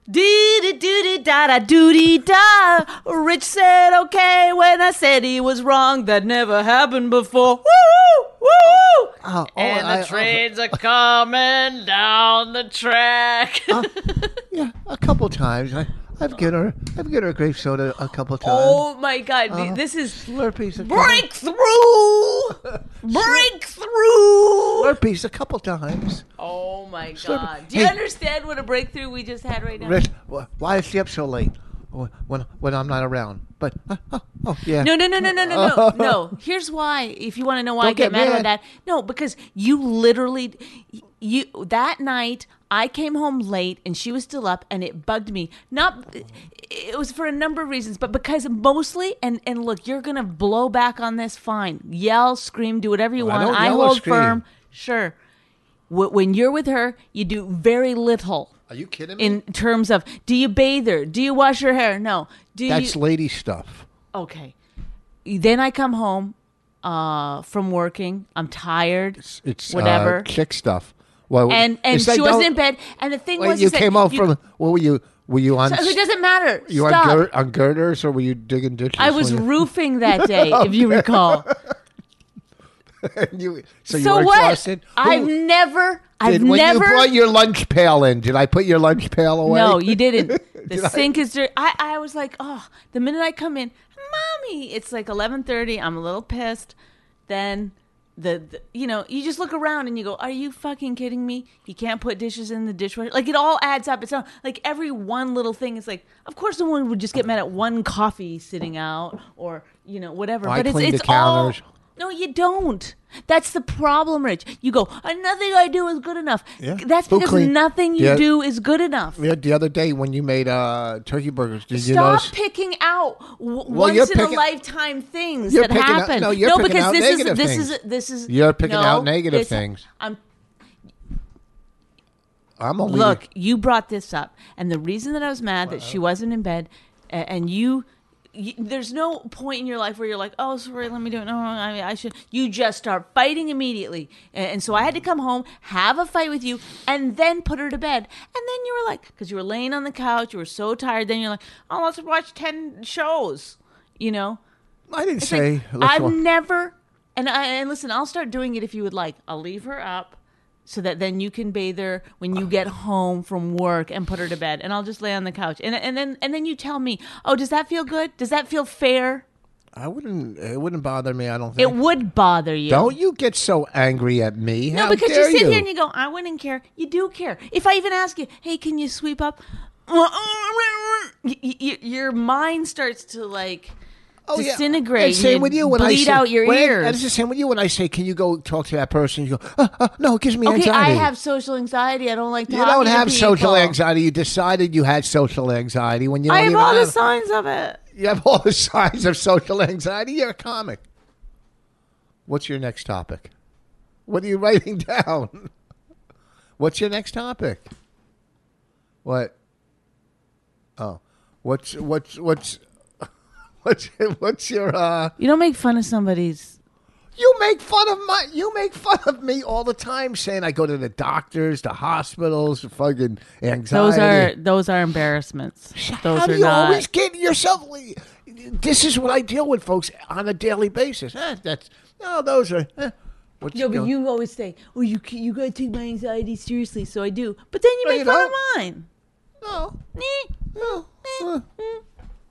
S1: Doo doo da da doo da. Rich said okay when I said he was wrong. That never happened before. Woo woo.
S2: oh,
S1: and the trains are coming down the track.
S2: Uh. yeah a couple times I, i've given her i've given her grape soda a couple times
S1: oh my god,
S2: Uh.
S1: th- this is
S2: slurpees a couple,
S1: breakthrough! breakthrough!
S2: slurpees a couple times
S1: Oh my
S2: Slurp-
S1: god. Do you
S2: Hey.
S1: understand what a breakthrough we just had right now?
S2: Rich, wh- why is she up so late Wh- when when i'm not around but uh, oh, oh yeah
S1: No, no, no, no, no, no, no, no. Here's why. If you want to know why I
S2: Don't
S1: get,
S2: get
S1: mad, about
S2: mad.
S1: that, no, because you literally, you that night I came home late and she was still up, and it bugged me. Not, it was for a number of reasons, but because mostly, and and look, you're gonna blow back on this. Fine, yell, scream, do whatever you
S2: Well, I
S1: want.
S2: don't
S1: I
S2: yell or
S1: hold
S2: scream.
S1: firm. Sure. Wh- When you're with her, you do very little
S2: are you kidding me
S1: in terms of do you bathe her? Do you wash her hair? No. Do you,
S2: that's lady stuff
S1: Okay. Then I come home uh, from working. I'm tired.
S2: it's, it's
S1: whatever.
S2: uh, chick stuff well
S1: and and
S2: it's like,
S1: she wasn't
S2: don't-
S1: in bed. And the thing
S2: Well,
S1: was,
S2: you
S1: is that
S2: came out
S1: you-
S2: from what were you were you on
S1: So it doesn't matter.
S2: you
S1: Stop.
S2: on, gir- on girders or were you digging ditches
S1: I was
S2: when you-
S1: roofing that day, if you recall.
S2: you, so, you
S1: so
S2: were
S1: what?
S2: exhausted.
S1: I've
S2: Who-
S1: never. I've
S2: did, when
S1: never.
S2: you brought your lunch pail in, did I put your lunch pail away?
S1: No, you didn't. The
S2: Did I?
S1: sink is dirty. I, I was like, oh, the minute I come in, mommy, it's like 11:30. I'm a little pissed. Then the, the you know, you just look around and you go, are you fucking kidding me? You can't put dishes in the dishwasher. Like it all adds up. It's not like every one little thing is like, of course, someone would just get mad at one coffee sitting out or you know whatever.
S2: Oh, I
S1: but it's
S2: cleaned
S1: it's
S2: the counters.
S1: all. No, you don't. That's the problem, Rich. You go, "Uh, nothing I do is good enough.
S2: Yeah.
S1: That's
S2: Who
S1: because
S2: clean-
S1: nothing you
S2: Yeah.
S1: do is good enough.
S2: Yeah, The other day when you made uh, turkey burgers, did you
S1: Stop
S2: notice?
S1: picking out w-
S2: you're
S1: once in a
S2: picking-
S1: lifetime things
S2: you're
S1: that
S2: picking out-
S1: happen.
S2: no, you're picking
S1: because
S2: out
S1: this
S2: negative
S1: is this
S2: things.
S1: is this is
S2: You're picking
S1: no,
S2: out negative
S1: this-
S2: things.
S1: I'm
S2: I'm only
S1: look. You brought this up, and the reason that I was mad that she wasn't in bed, a- and you. You, there's no point in your life where you're like, oh, sorry, let me do it. No, I, I should. You just start fighting immediately, and, and so I had to come home, have a fight with you, and then put her to bed. And then you were like, because you were laying on the couch, you were so tired. Then you're like, oh, let's watch ten shows, you know.
S2: I didn't
S1: It's
S2: say.
S1: like,
S2: let's
S1: I've
S2: wa-
S1: never and I and listen, I'll start doing it if you would like. I'll leave her up so that then you can bathe her when you get home from work and put her to bed and I'll just lay on the couch. And and then and then you tell me, "Oh, does that feel good? Does that feel fair?"
S2: I wouldn't. It wouldn't bother me. I don't think.
S1: It would bother you.
S2: Don't you get so angry at me?
S1: No,
S2: How
S1: because you
S2: dare
S1: sit
S2: you?
S1: here and you go, "I wouldn't care." You do care. If I even ask you, "Hey, can you sweep up?" Y- y- y- your mind starts to like
S2: Oh, yeah.
S1: disintegrate.
S2: And same
S1: You
S2: with you when I
S1: bleed
S2: say,
S1: out your
S2: when I-
S1: ears.
S2: It's the same with you when I say, "Can you go talk to that person?" You go, "Uh, uh, "No, it gives me
S1: Okay, I
S2: anxiety."
S1: have social anxiety. I don't like
S2: You
S1: talking
S2: don't
S1: to
S2: have social
S1: people.
S2: anxiety. You decided you had social anxiety when you. Don't
S1: I have
S2: even
S1: all the
S2: have,
S1: signs of it.
S2: You have all the signs of social anxiety. You're a comic. What's your next topic? What are you writing down? What's your next topic? What? Oh, what's what's what's what's what's your uh?
S1: You don't make fun of somebody's.
S2: You make fun of my. You make fun of me all the time, saying I go to the doctors, the hospitals, fucking anxiety.
S1: Those are those are embarrassments. Those
S2: How
S1: are
S2: do you
S1: not.
S2: always get yourself? This is what I deal with, folks, on a daily basis. Eh, that's no, those are. Eh, what
S1: no, but
S2: doing?
S1: you always say, "Oh, you c- you gotta take my anxiety seriously." So I do, but then you
S2: No,
S1: make
S2: you
S1: fun
S2: don't.
S1: of mine.
S2: no,
S1: Meh.
S2: no.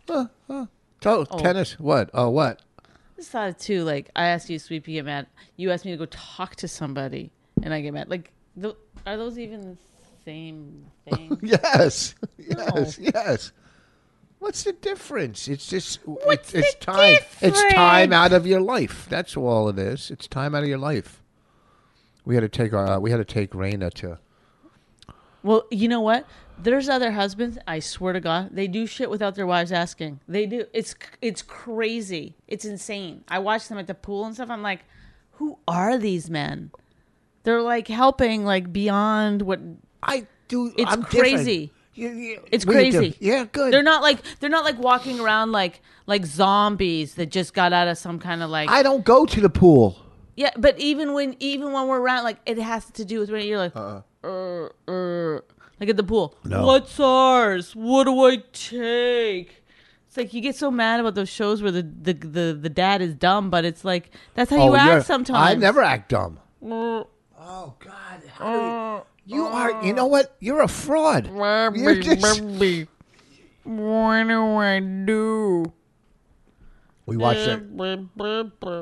S2: Uh, uh, uh. To- Tennis? What? Oh, what?
S1: I just thought it too. Like I asked you, to sweep, you get mad. You asked me to go talk to somebody, and I get mad. Like, th- are those even the same thing?
S2: Yes, yes, yes. What's the difference? It's just
S1: What's
S2: it's, it's
S1: the
S2: time. It's time
S1: difference?
S2: out of your life. That's all it is. It's time out of your life. We had to take our. Uh, we had to take Raina to.
S1: Well, you know what? There's other husbands. I swear to God, they do shit without their wives asking. They do. It's it's crazy. It's insane. I watch them at the pool and stuff. I'm like, who are these men? They're like helping like beyond what.
S2: I do.
S1: It's
S2: I'm different.
S1: crazy.
S2: You- you-
S1: It's
S2: we do-
S1: crazy.
S2: Yeah, good.
S1: They're not like they're not like walking around like like zombies that just got out of some kind of like
S2: I don't go to the pool.
S1: yeah. But even when even when we're around, like it has to do with when you're like. uh uh, like at the pool.
S2: No.
S1: What's ours? What do I take? It's like you get so mad about those shows where the the, the, the dad is dumb, but it's like that's how you
S2: you're-
S1: act sometimes. Mm.
S2: I Oh, never act dumb. Oh God, how do you, you are. You know what? You're a fraud.
S1: Mm.
S2: You're just-
S1: Baby, what do I do?
S2: we watched. it.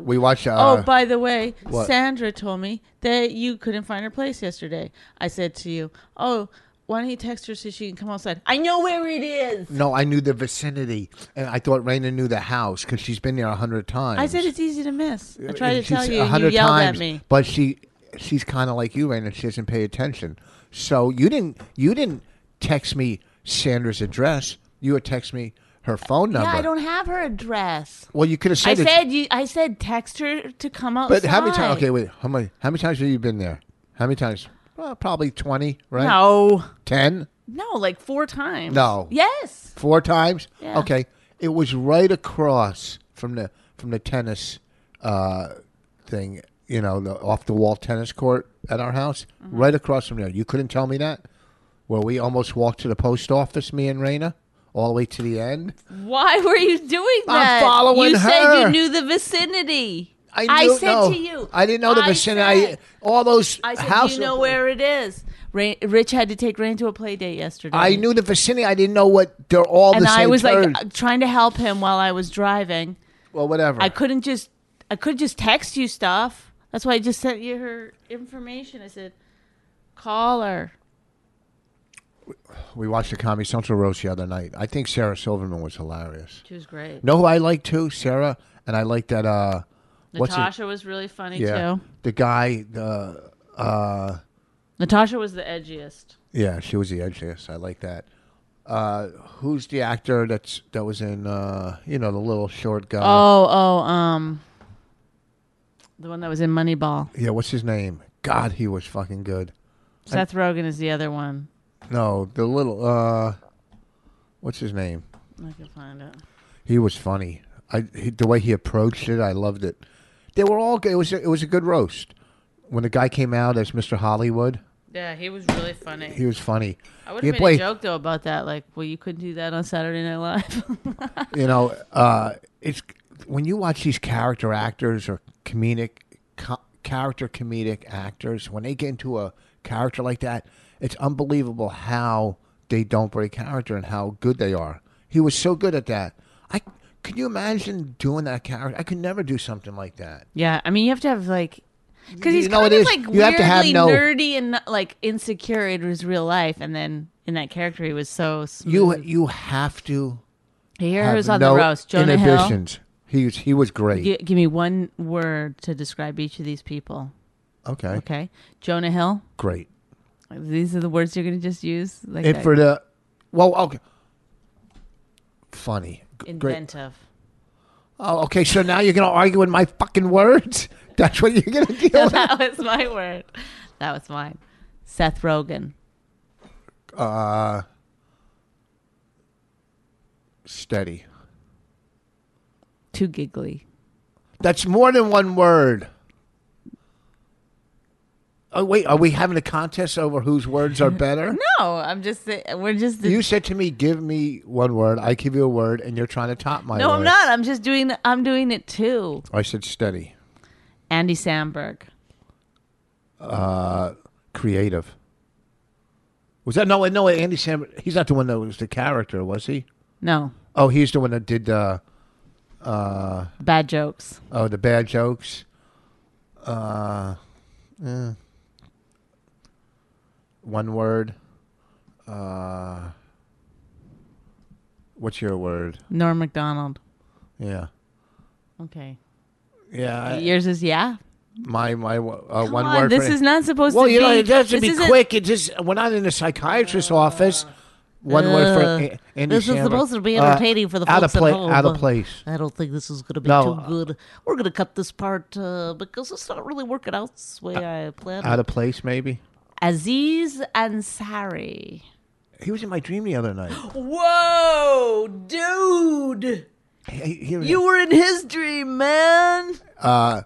S2: We watched. Uh,
S1: Oh, by the way,
S2: what?
S1: Sandra told me that you couldn't find her place yesterday. I said to you, "Oh, why don't you text her so she can come outside?" I know where it is.
S2: no, I knew the vicinity, and I thought Raina knew the house because she's been there a hundred times.
S1: I said it's easy to miss. I tried to
S2: She's
S1: tell you,
S2: a
S1: and you
S2: hundred
S1: yelled
S2: times,
S1: at me.
S2: But she, she's kind of like you, Raina. She doesn't pay attention. So you didn't. You didn't text me Sandra's address. You would text me her phone number.
S1: Yeah, I don't have her address.
S2: Well, you could have said.
S1: I
S2: it's-
S1: said you. I said text her to come outside.
S2: But how many times? Okay, wait. How many? How many times have you been there? How many times? Well, probably twenty, right?
S1: No,
S2: ten,
S1: no, like four times.
S2: No.
S1: Yes.
S2: four times.
S1: Yeah.
S2: Okay, it was right across from the from the tennis uh, thing. You know, the off the wall tennis court at our house,
S1: Mm-hmm.
S2: right across from there. You couldn't tell me that. Where we almost walked to the post office, me and Raina, all the way to the end.
S1: Why were you doing
S2: I'm
S1: that?
S2: following
S1: You said
S2: her.
S1: you knew the vicinity.
S2: I,
S1: I
S2: knew-
S1: said
S2: no.
S1: to you,
S2: I didn't know the
S1: I
S2: vicinity.
S1: said-
S2: I, all those
S1: I said,
S2: houses.
S1: "Do you know where it is?" Rain, Rich had to take Rain to a play date yesterday.
S2: I knew the vicinity. I didn't know what they're all
S1: and
S2: the same.
S1: I was
S2: turn.
S1: like trying to help him while I was driving.
S2: well, whatever.
S1: I couldn't just I could just text you stuff. That's why I just sent you her information. I said, "Call her."
S2: we watched the Comedy Central roast the other night. I think Sarah Silverman was hilarious.
S1: She was great.
S2: Know who I like too? Sarah, and I like that. uh What's his-
S1: Natasha was really funny
S2: yeah,
S1: too.
S2: the guy. The uh,
S1: Natasha was the edgiest.
S2: yeah, she was the edgiest. I like that. Uh, who's the actor that's that was in uh, you know the little short guy?
S1: Oh, oh, um, the one that was in Moneyball.
S2: Yeah, what's his name? God, he was fucking good.
S1: Seth Rogen is the other one.
S2: No, the little uh, what's his name?
S1: I can find it.
S2: He was funny. I he, the way he approached it, I loved it. They were all good. It was a, it was a good roast. When the guy came out as Mr. Hollywood,
S1: Yeah, he was really funny.
S2: he was funny.
S1: I would
S2: He
S1: have made
S2: played-
S1: a joke though about that, like, well, you couldn't do that on Saturday Night Live.
S2: You know, uh, it's when you watch these character actors or comedic co- character comedic actors when they get into a character like that, it's unbelievable how they don't break character and how good they are. He was so good at that. I can you imagine doing that character? I could never do something like that.
S1: yeah, I mean, you have to have like, because he's
S2: know
S1: kind
S2: it
S1: of
S2: is.
S1: like
S2: You
S1: weirdly
S2: have to have no-
S1: nerdy and like insecure in his real life, and then in that character, he was so smooth.
S2: You you have to
S1: Here
S2: have
S1: he was on
S2: no
S1: the roast, Jonah Hill.
S2: inhibitions. He was he was great.
S1: G- give me one word to describe each of these people.
S2: Okay,
S1: Okay, Jonah Hill.
S2: great.
S1: These are the words you're going to just use. Like
S2: And
S1: that.
S2: for the well, okay, funny, G- great.
S1: inventive.
S2: Oh, okay. So now you're gonna argue with my fucking words? That's what you're gonna do?
S1: that was my word. That was mine. Seth Rogen.
S2: Steady.
S1: Too giggly.
S2: That's more than one word. Oh wait, are we having a contest over whose words are better?
S1: No, I'm just. say- We're just.
S2: You said to me, "Give me one word." I give you a word, and you're trying to top my.
S1: no,
S2: word.
S1: I'm not. I'm just doing. I'm doing it too.
S2: I said steady,
S1: Andy Samberg.
S2: creative. Was that no? No, Andy Sam. He's not the one that was the character, was he?
S1: No,
S2: Oh, he's the one that did uh,
S1: bad jokes.
S2: oh the bad jokes. Uh, eh. One word. Uh, what's your word?
S1: Norm Macdonald.
S2: Yeah,
S1: Okay.
S2: yeah. I-
S1: Yours is yeah.
S2: my my uh,
S1: Come
S2: one
S1: on,
S2: word.
S1: This
S2: for-
S1: is not supposed
S2: Well,
S1: to
S2: you
S1: be.
S2: know, it has to
S1: this
S2: be
S1: isn't-
S2: quick. It just we're not in a psychiatrist's office. One word for A- Andy
S4: Uh, This is
S2: Samberg.
S4: supposed to be
S2: Uh,
S4: entertaining for the
S2: out of
S4: folks at
S2: pla-
S4: home,
S2: Out of
S4: but
S2: place.
S4: I don't think this is going to be
S2: No, uh,
S4: too good. We're going to cut this part uh, because it's not really working out this way
S2: Uh,
S4: I planned.
S2: Out of place, maybe.
S1: Aziz Ansari.
S2: He was in my dream the other night.
S1: Whoa, dude!
S2: He- he- he-
S1: were in his dream, man. Uh,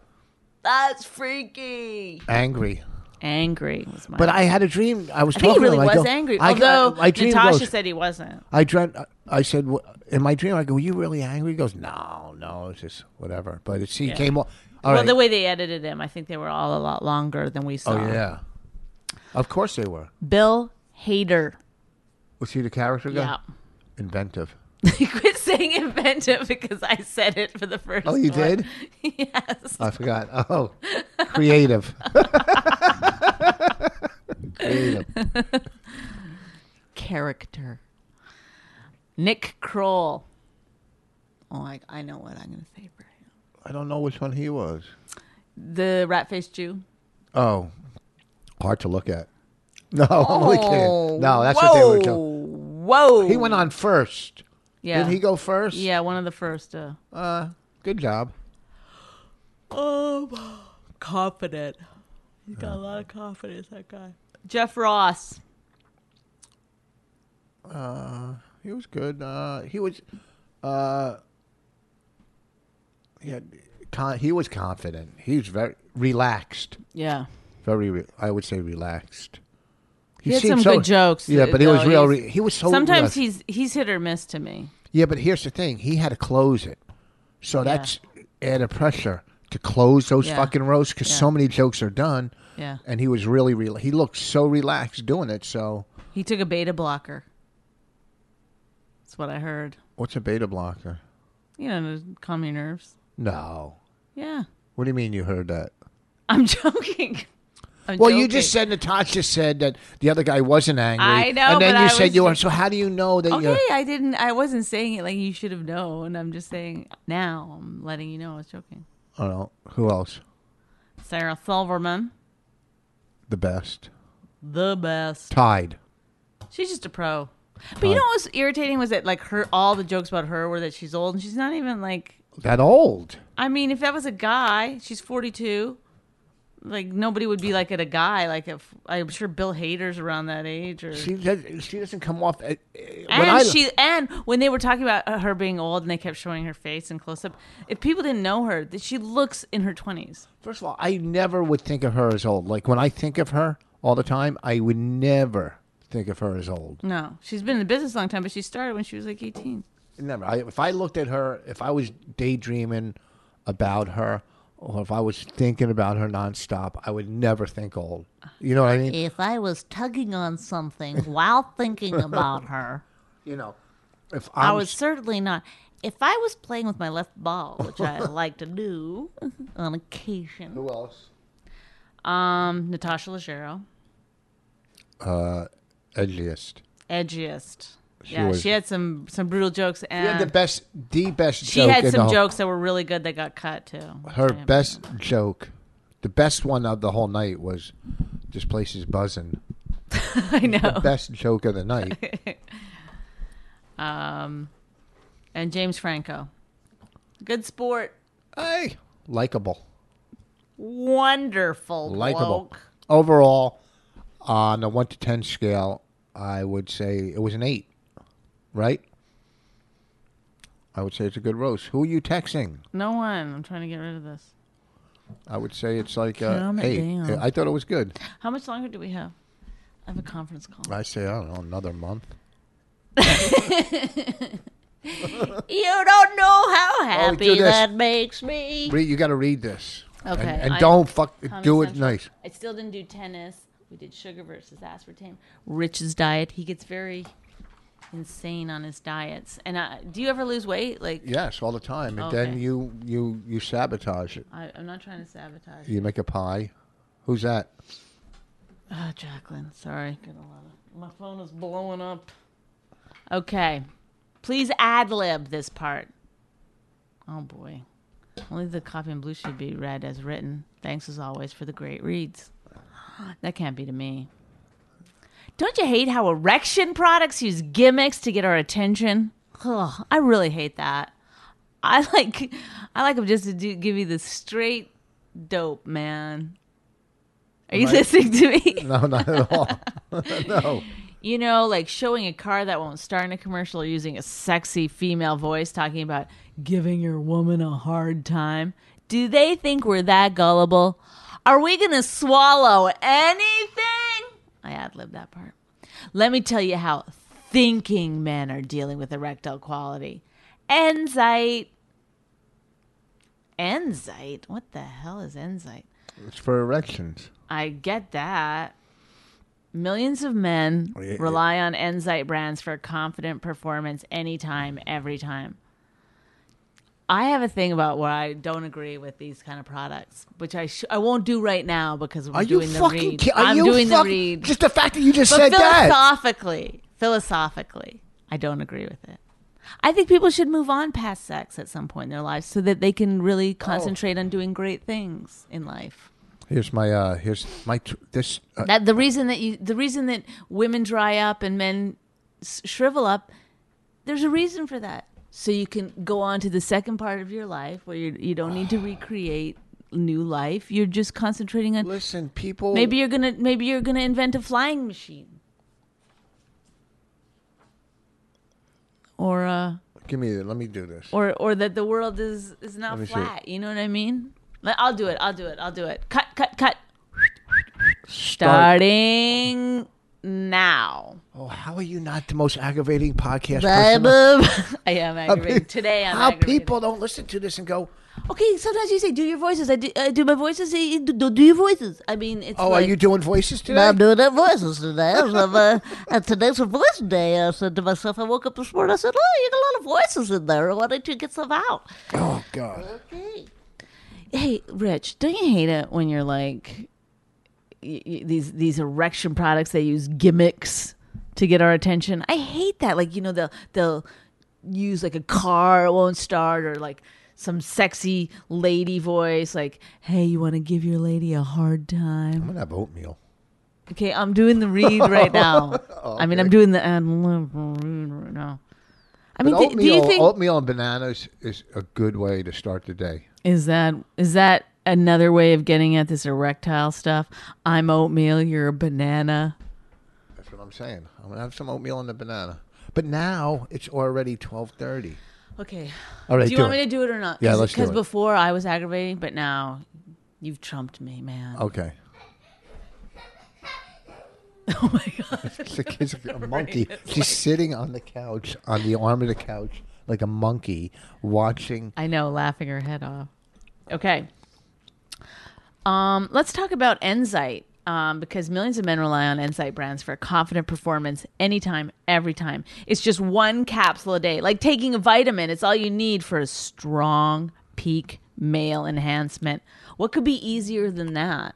S1: that's freaky.
S2: angry.
S1: Angry was my.
S2: But I had a dream. I was
S1: I think
S2: talking
S1: he
S2: to
S1: really
S2: him. I
S1: was
S2: go-
S1: angry.
S2: I,
S1: Although
S2: I, my dream
S1: Natasha
S2: goes,
S1: said he wasn't.
S2: I dreamt. I said "Wha- in my dream. I go, "Were you really angry?" He goes, "No, no, it's just whatever." But it's, he came off. all
S1: well,
S2: right.
S1: the way Uh-huh. they edited him, I think they were all a lot longer than we saw.
S2: oh yeah, of course they were.
S1: Bill Hader.
S2: Was he the character guy?
S1: Yeah.
S2: Inventive.
S1: Quit saying inventive because I said it for the first.
S2: Oh, you
S1: one.
S2: did?
S1: yes.
S2: I forgot. Oh, creative. creative.
S1: Character. Nick Kroll. Oh, I, I know what I'm going to say for him.
S2: I don't know which one he was.
S1: The rat faced Jew.
S2: Oh, hard to look at. No, I'm only kidding. No, that's what they were. doing.
S1: Oh, Whoa.
S2: He went on first.
S1: Yeah.
S2: Did he go first?
S1: Yeah, one of the first. Uh,
S2: Uh, good job.
S1: um, confident. He's got a lot of confidence, that guy. Jeff Ross.
S2: He was good. Uh, he was. Uh, he, had, con- he was confident. He was very relaxed.
S1: Yeah.
S2: Very, re- I would say, relaxed.
S1: He had
S2: seemed
S1: some good jokes,
S2: Yeah, but he
S1: though.
S2: was real.
S1: He's-
S2: Re- he was so.
S1: Sometimes
S2: relaxed.
S1: he's he's hit or miss to me.
S2: Yeah, but here's the thing. He had to close it, so that's added pressure. to close those
S1: Yeah.
S2: fucking roasts because so
S1: Yeah.
S2: many jokes are done.
S1: Yeah.
S2: And he was really, really, he looked so relaxed doing it. So,
S1: He took a beta blocker. That's what I heard.
S2: what's a beta blocker?
S1: You know, to calm your nerves.
S2: No.
S1: Yeah.
S2: What do you mean you heard that?
S1: I'm joking. I'm
S2: Well, you
S1: joking.
S2: just said Natasha said that the other guy wasn't angry.
S1: I know,
S2: And then
S1: but
S2: you
S1: I
S2: said
S1: was-
S2: you were. So how do you know that
S1: Okay,
S2: you're?
S1: I didn't. I wasn't saying it like you should have known. I'm just saying now. I'm letting you know. I was joking.
S2: I don't know. Who else?
S1: Sarah Silverman,
S2: The best.
S1: the best.
S2: Tied.
S1: She's just a pro. But you know what was irritating was that like her all the jokes about her were that she's old and she's not even like.
S2: That old.
S1: I mean, if that was a guy, she's 42. Like nobody would be like at a guy. Like if I'm sure Bill Hader's around that age or
S2: She does, she doesn't come off. uh, When
S1: and
S2: I,
S1: she and when they were talking about uh, her being old and they kept showing her face in close up, if people didn't know her, that she looks in her twenties.
S2: first of all, I never would think of her as old. Like when I think of her all the time, I would never think of her as old.
S1: No, she's been in the business a long time, but she started when she was like eighteen.
S2: Never. I, if I looked at her, if I was daydreaming about her, or if I was thinking about her nonstop, I would never think old. You know what I mean?
S4: If I was tugging on something while thinking about her,
S2: you know, if
S4: I
S2: I'm,
S4: was certainly not. If I was playing with my left ball, which I like to do on occasion,
S2: who else?
S1: Um, Natasha Leggero,
S2: Edgiest.
S1: edgiest. yeah,
S2: was-
S1: she had some some brutal jokes,
S2: She had
S1: and
S2: the best, the best.
S1: she
S2: joke
S1: had
S2: in the
S1: some
S2: whole-
S1: jokes that were really good that got cut too.
S2: Her best joke, the best one of the whole night was, "This place is buzzing."
S1: I know.
S2: Best joke of the night.
S1: And James Franco, good sport,
S2: hey, likable,
S4: wonderful.
S2: likable.
S4: bloke.
S2: Overall, on a one to ten scale, I would say it was an eight. Right. I would say it's a good roast. Who are you texting?
S1: no one. I'm trying to get rid of this.
S2: I would say it's like uh,
S1: Calm it
S2: eight.
S1: down.
S2: I thought it was good.
S1: How much longer do we have? I have a conference call.
S2: I say I don't know another month.
S4: You don't know how happy
S2: this.
S4: that makes me.
S2: Read, you got to read this.
S1: Okay,
S2: And, and
S1: I-
S2: don't fuck. Do
S1: Central.
S2: it nice.
S1: I still didn't do tennis. We did sugar versus aspartame. Rich's diet. He gets very insane on his diets. And uh, do you ever lose weight? Like,
S2: Yes, all the time, and then
S1: Okay.
S2: you you you sabotage it.
S1: I, I'm not trying to sabotage.
S2: You make a pie. Who's that?
S1: Oh, Jacqueline, sorry. Got a lot of- My phone is blowing up. Okay. Please ad lib this part. Oh, boy. Only the copy in blue should be read as written. Thanks as always for the great reads. That can't be to me. Don't you hate how erection products use gimmicks to get our attention? Ugh, I really hate that. I like, I like them just to do, give you the straight dope, man. Are you listening to me?
S2: No, not at all. no.
S1: you know, like showing a car that won't start in a commercial or using a sexy female voice talking about giving your woman a hard time. Do they think we're that gullible? Are we going to swallow anything? I ad lib that part. Let me tell you how thinking men are dealing with erectile quality. Enzyte. Enzyte? What the hell is enzyte?
S2: It's for erections.
S1: I get that. Millions of men
S2: Oh,
S1: rely on Enzyte brands for confident performance anytime, every time. I have a thing about where I don't agree with these kind of products, which I sh- I won't do right now because we're
S2: Are you
S1: doing the
S2: fucking?
S1: read.
S2: ki- are
S1: I'm
S2: you
S1: doing
S2: fuck-
S1: the read.
S2: Just the fact that you just
S1: But
S2: said that.
S1: philosophically, philosophically, I don't agree with it. I think people should move on past sex at some point in their lives so that they can really
S2: Oh.
S1: concentrate on doing great things in life.
S2: Here's my uh. Here's my tr- this. Uh,
S1: That the reason that you the reason that women dry up and men s- shrivel up, there's a reason for that. So you can go on to the second part of your life where you you don't need to recreate new life. You're just concentrating on
S2: listen, people.
S1: maybe you're gonna maybe you're gonna invent a flying machine or uh
S2: Give me. Let me do this.
S1: or or that the world is is not
S2: me see.
S1: flat. You know what I mean? Like, I'll do it. I'll do it. I'll do it. Cut cut cut. Starting now.
S2: Oh, how are you not the most aggravating podcast
S1: Blah,
S2: person?
S1: blah, blah. I am aggravated. Today I'm
S2: How
S1: aggravated.
S2: people don't listen to this and go,
S4: Okay, sometimes you say, do your voices. I do, I do my voices. I do, do, do your voices. I mean, it's
S2: "Oh,
S4: like,
S2: are you doing voices today?"
S4: I'm doing that voices today. I was, uh, uh, today's a voice day. I said to myself, I woke up this morning. I said, oh, you got a lot of voices in there. Why don't you get some out?
S2: oh God,
S1: Hey, Rich, don't you hate it when you're like y- y- these these erection products they use gimmicks to get our attention? I hate that. Like you know they'll they'll use like a car it won't start or like some sexy lady voice like hey you want to give your lady a hard
S2: I'm
S1: time
S2: gonna have oatmeal.
S1: okay i'm doing the read right now
S2: Oh,
S1: i mean i'm doing the i love read right now i mean
S2: But
S1: do, do you
S2: oatmeal,
S1: think
S2: oatmeal and bananas is a good way to start the day.
S1: Is that is that another way of getting at this erectile stuff? I'm oatmeal, you're a banana.
S2: That's what I'm saying. I'm gonna have some oatmeal and a banana. But now it's already twelve thirty.
S1: Okay.
S2: All right,
S1: do you
S2: do
S1: want
S2: it.
S1: me to do it or not?
S2: Yeah, let's do
S1: Because
S2: it.
S1: before I was aggravating, but now you've trumped me, man.
S2: Okay.
S1: Oh my god.
S2: It's like it's a monkey. She's sitting on the couch, on the arm of the couch, like a monkey, watching.
S1: I know, laughing her head off. Okay. Um, let's talk about Enzyte um, because millions of men rely on Enzyte brands for confident performance anytime, every time. It's just one capsule a day, like taking a vitamin. It's all you need for a strong peak male enhancement. What could be easier than that?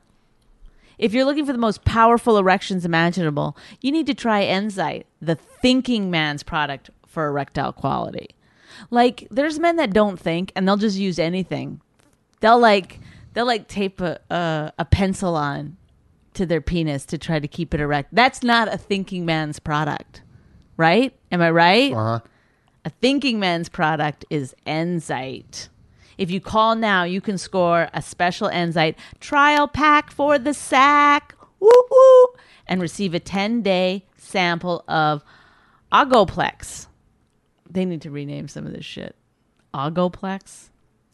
S1: If you're looking for the most powerful erections imaginable, you need to try Enzyte, the thinking man's product for erectile quality. Like there's men that don't think and they'll just use anything. They'll like they'll like tape a a, a pencil on to their penis to try to keep it erect. That's not a thinking man's product. Right? Am I right?
S2: Uh huh.
S1: A thinking man's product is Enzyte. If you call now, you can score a special Enzyte trial pack for the sack. Woo woo! And receive a 10 day sample of Agoplex. They need to rename some of this shit. Agoplex?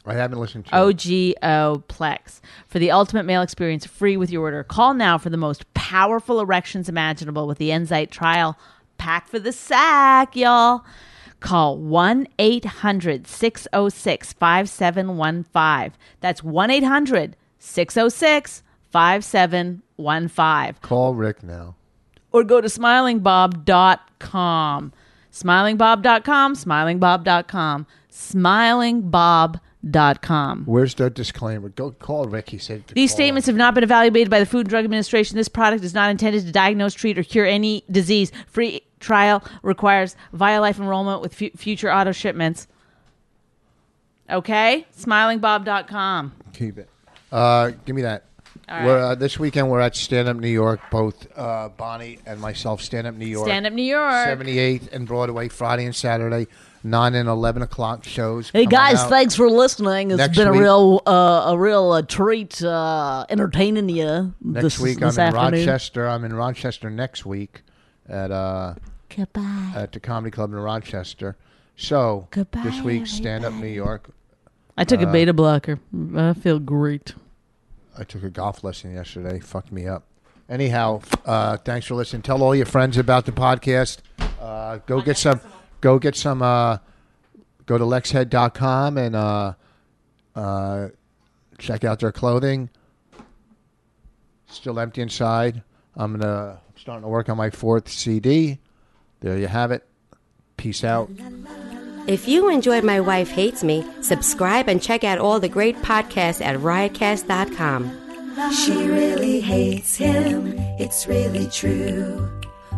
S2: I haven't listened to.
S1: Oh,
S2: it.
S1: OGO Plex. For the ultimate male experience, free with your order. Call now for the most powerful erections imaginable with the Enzyte trial. Pack for the sack, y'all. Call 1 800 606 5715. That's 1 800 606 5715
S2: Call Rick now.
S1: or go to smilingbob.com. Smilingbob.com, smilingbob.com, smilingbob.com.
S2: Where's the disclaimer? Go call Rick. He said. to
S1: These
S4: Oh.
S2: call
S1: statements
S2: him.
S1: have not been evaluated by the Food and Drug Administration. This product is not intended to diagnose, treat, or cure any disease. Free trial requires ViaLife enrollment with fu- future auto shipments. Okay? Smilingbob.com.
S2: Keep it. Uh, give me that.
S1: All
S2: We're,
S1: right.
S2: uh, this weekend we're at Stand Up New York. Both uh, Bonnie and myself, Stand Up New York.
S1: Stand Up New York.
S2: 78th and Broadway Friday and Saturday, 9 and 11 o'clock shows.
S4: Hey
S2: coming
S4: guys,
S2: out.
S4: thanks for listening. It's
S2: Next
S4: been
S2: week-
S4: a real, uh, a real uh, treat uh, entertaining you
S2: Next
S4: this,
S2: week
S4: this
S2: I'm in
S4: afternoon.
S2: Rochester. I'm in Rochester next week at uh,
S4: Goodbye.
S2: at the Comedy Club in Rochester. So
S4: Goodbye,
S2: this week, Stand Up New York.
S1: I took
S4: Uh,
S1: a beta blocker. I feel great.
S2: I took a golf lesson yesterday. Fucked me up. Anyhow, uh, thanks for listening. Tell all your friends about the podcast. Uh, go get some. Go get some. Uh, go to lexhead.com and uh, uh, check out their clothing. Still empty inside. I'm gonna starting to work on my fourth CD. There you have it. Peace out.
S5: If you enjoyed My Wife Hates Me, subscribe and check out all the great podcasts at riotcast.com.
S6: She really hates him, it's really true.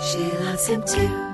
S6: she loves him too.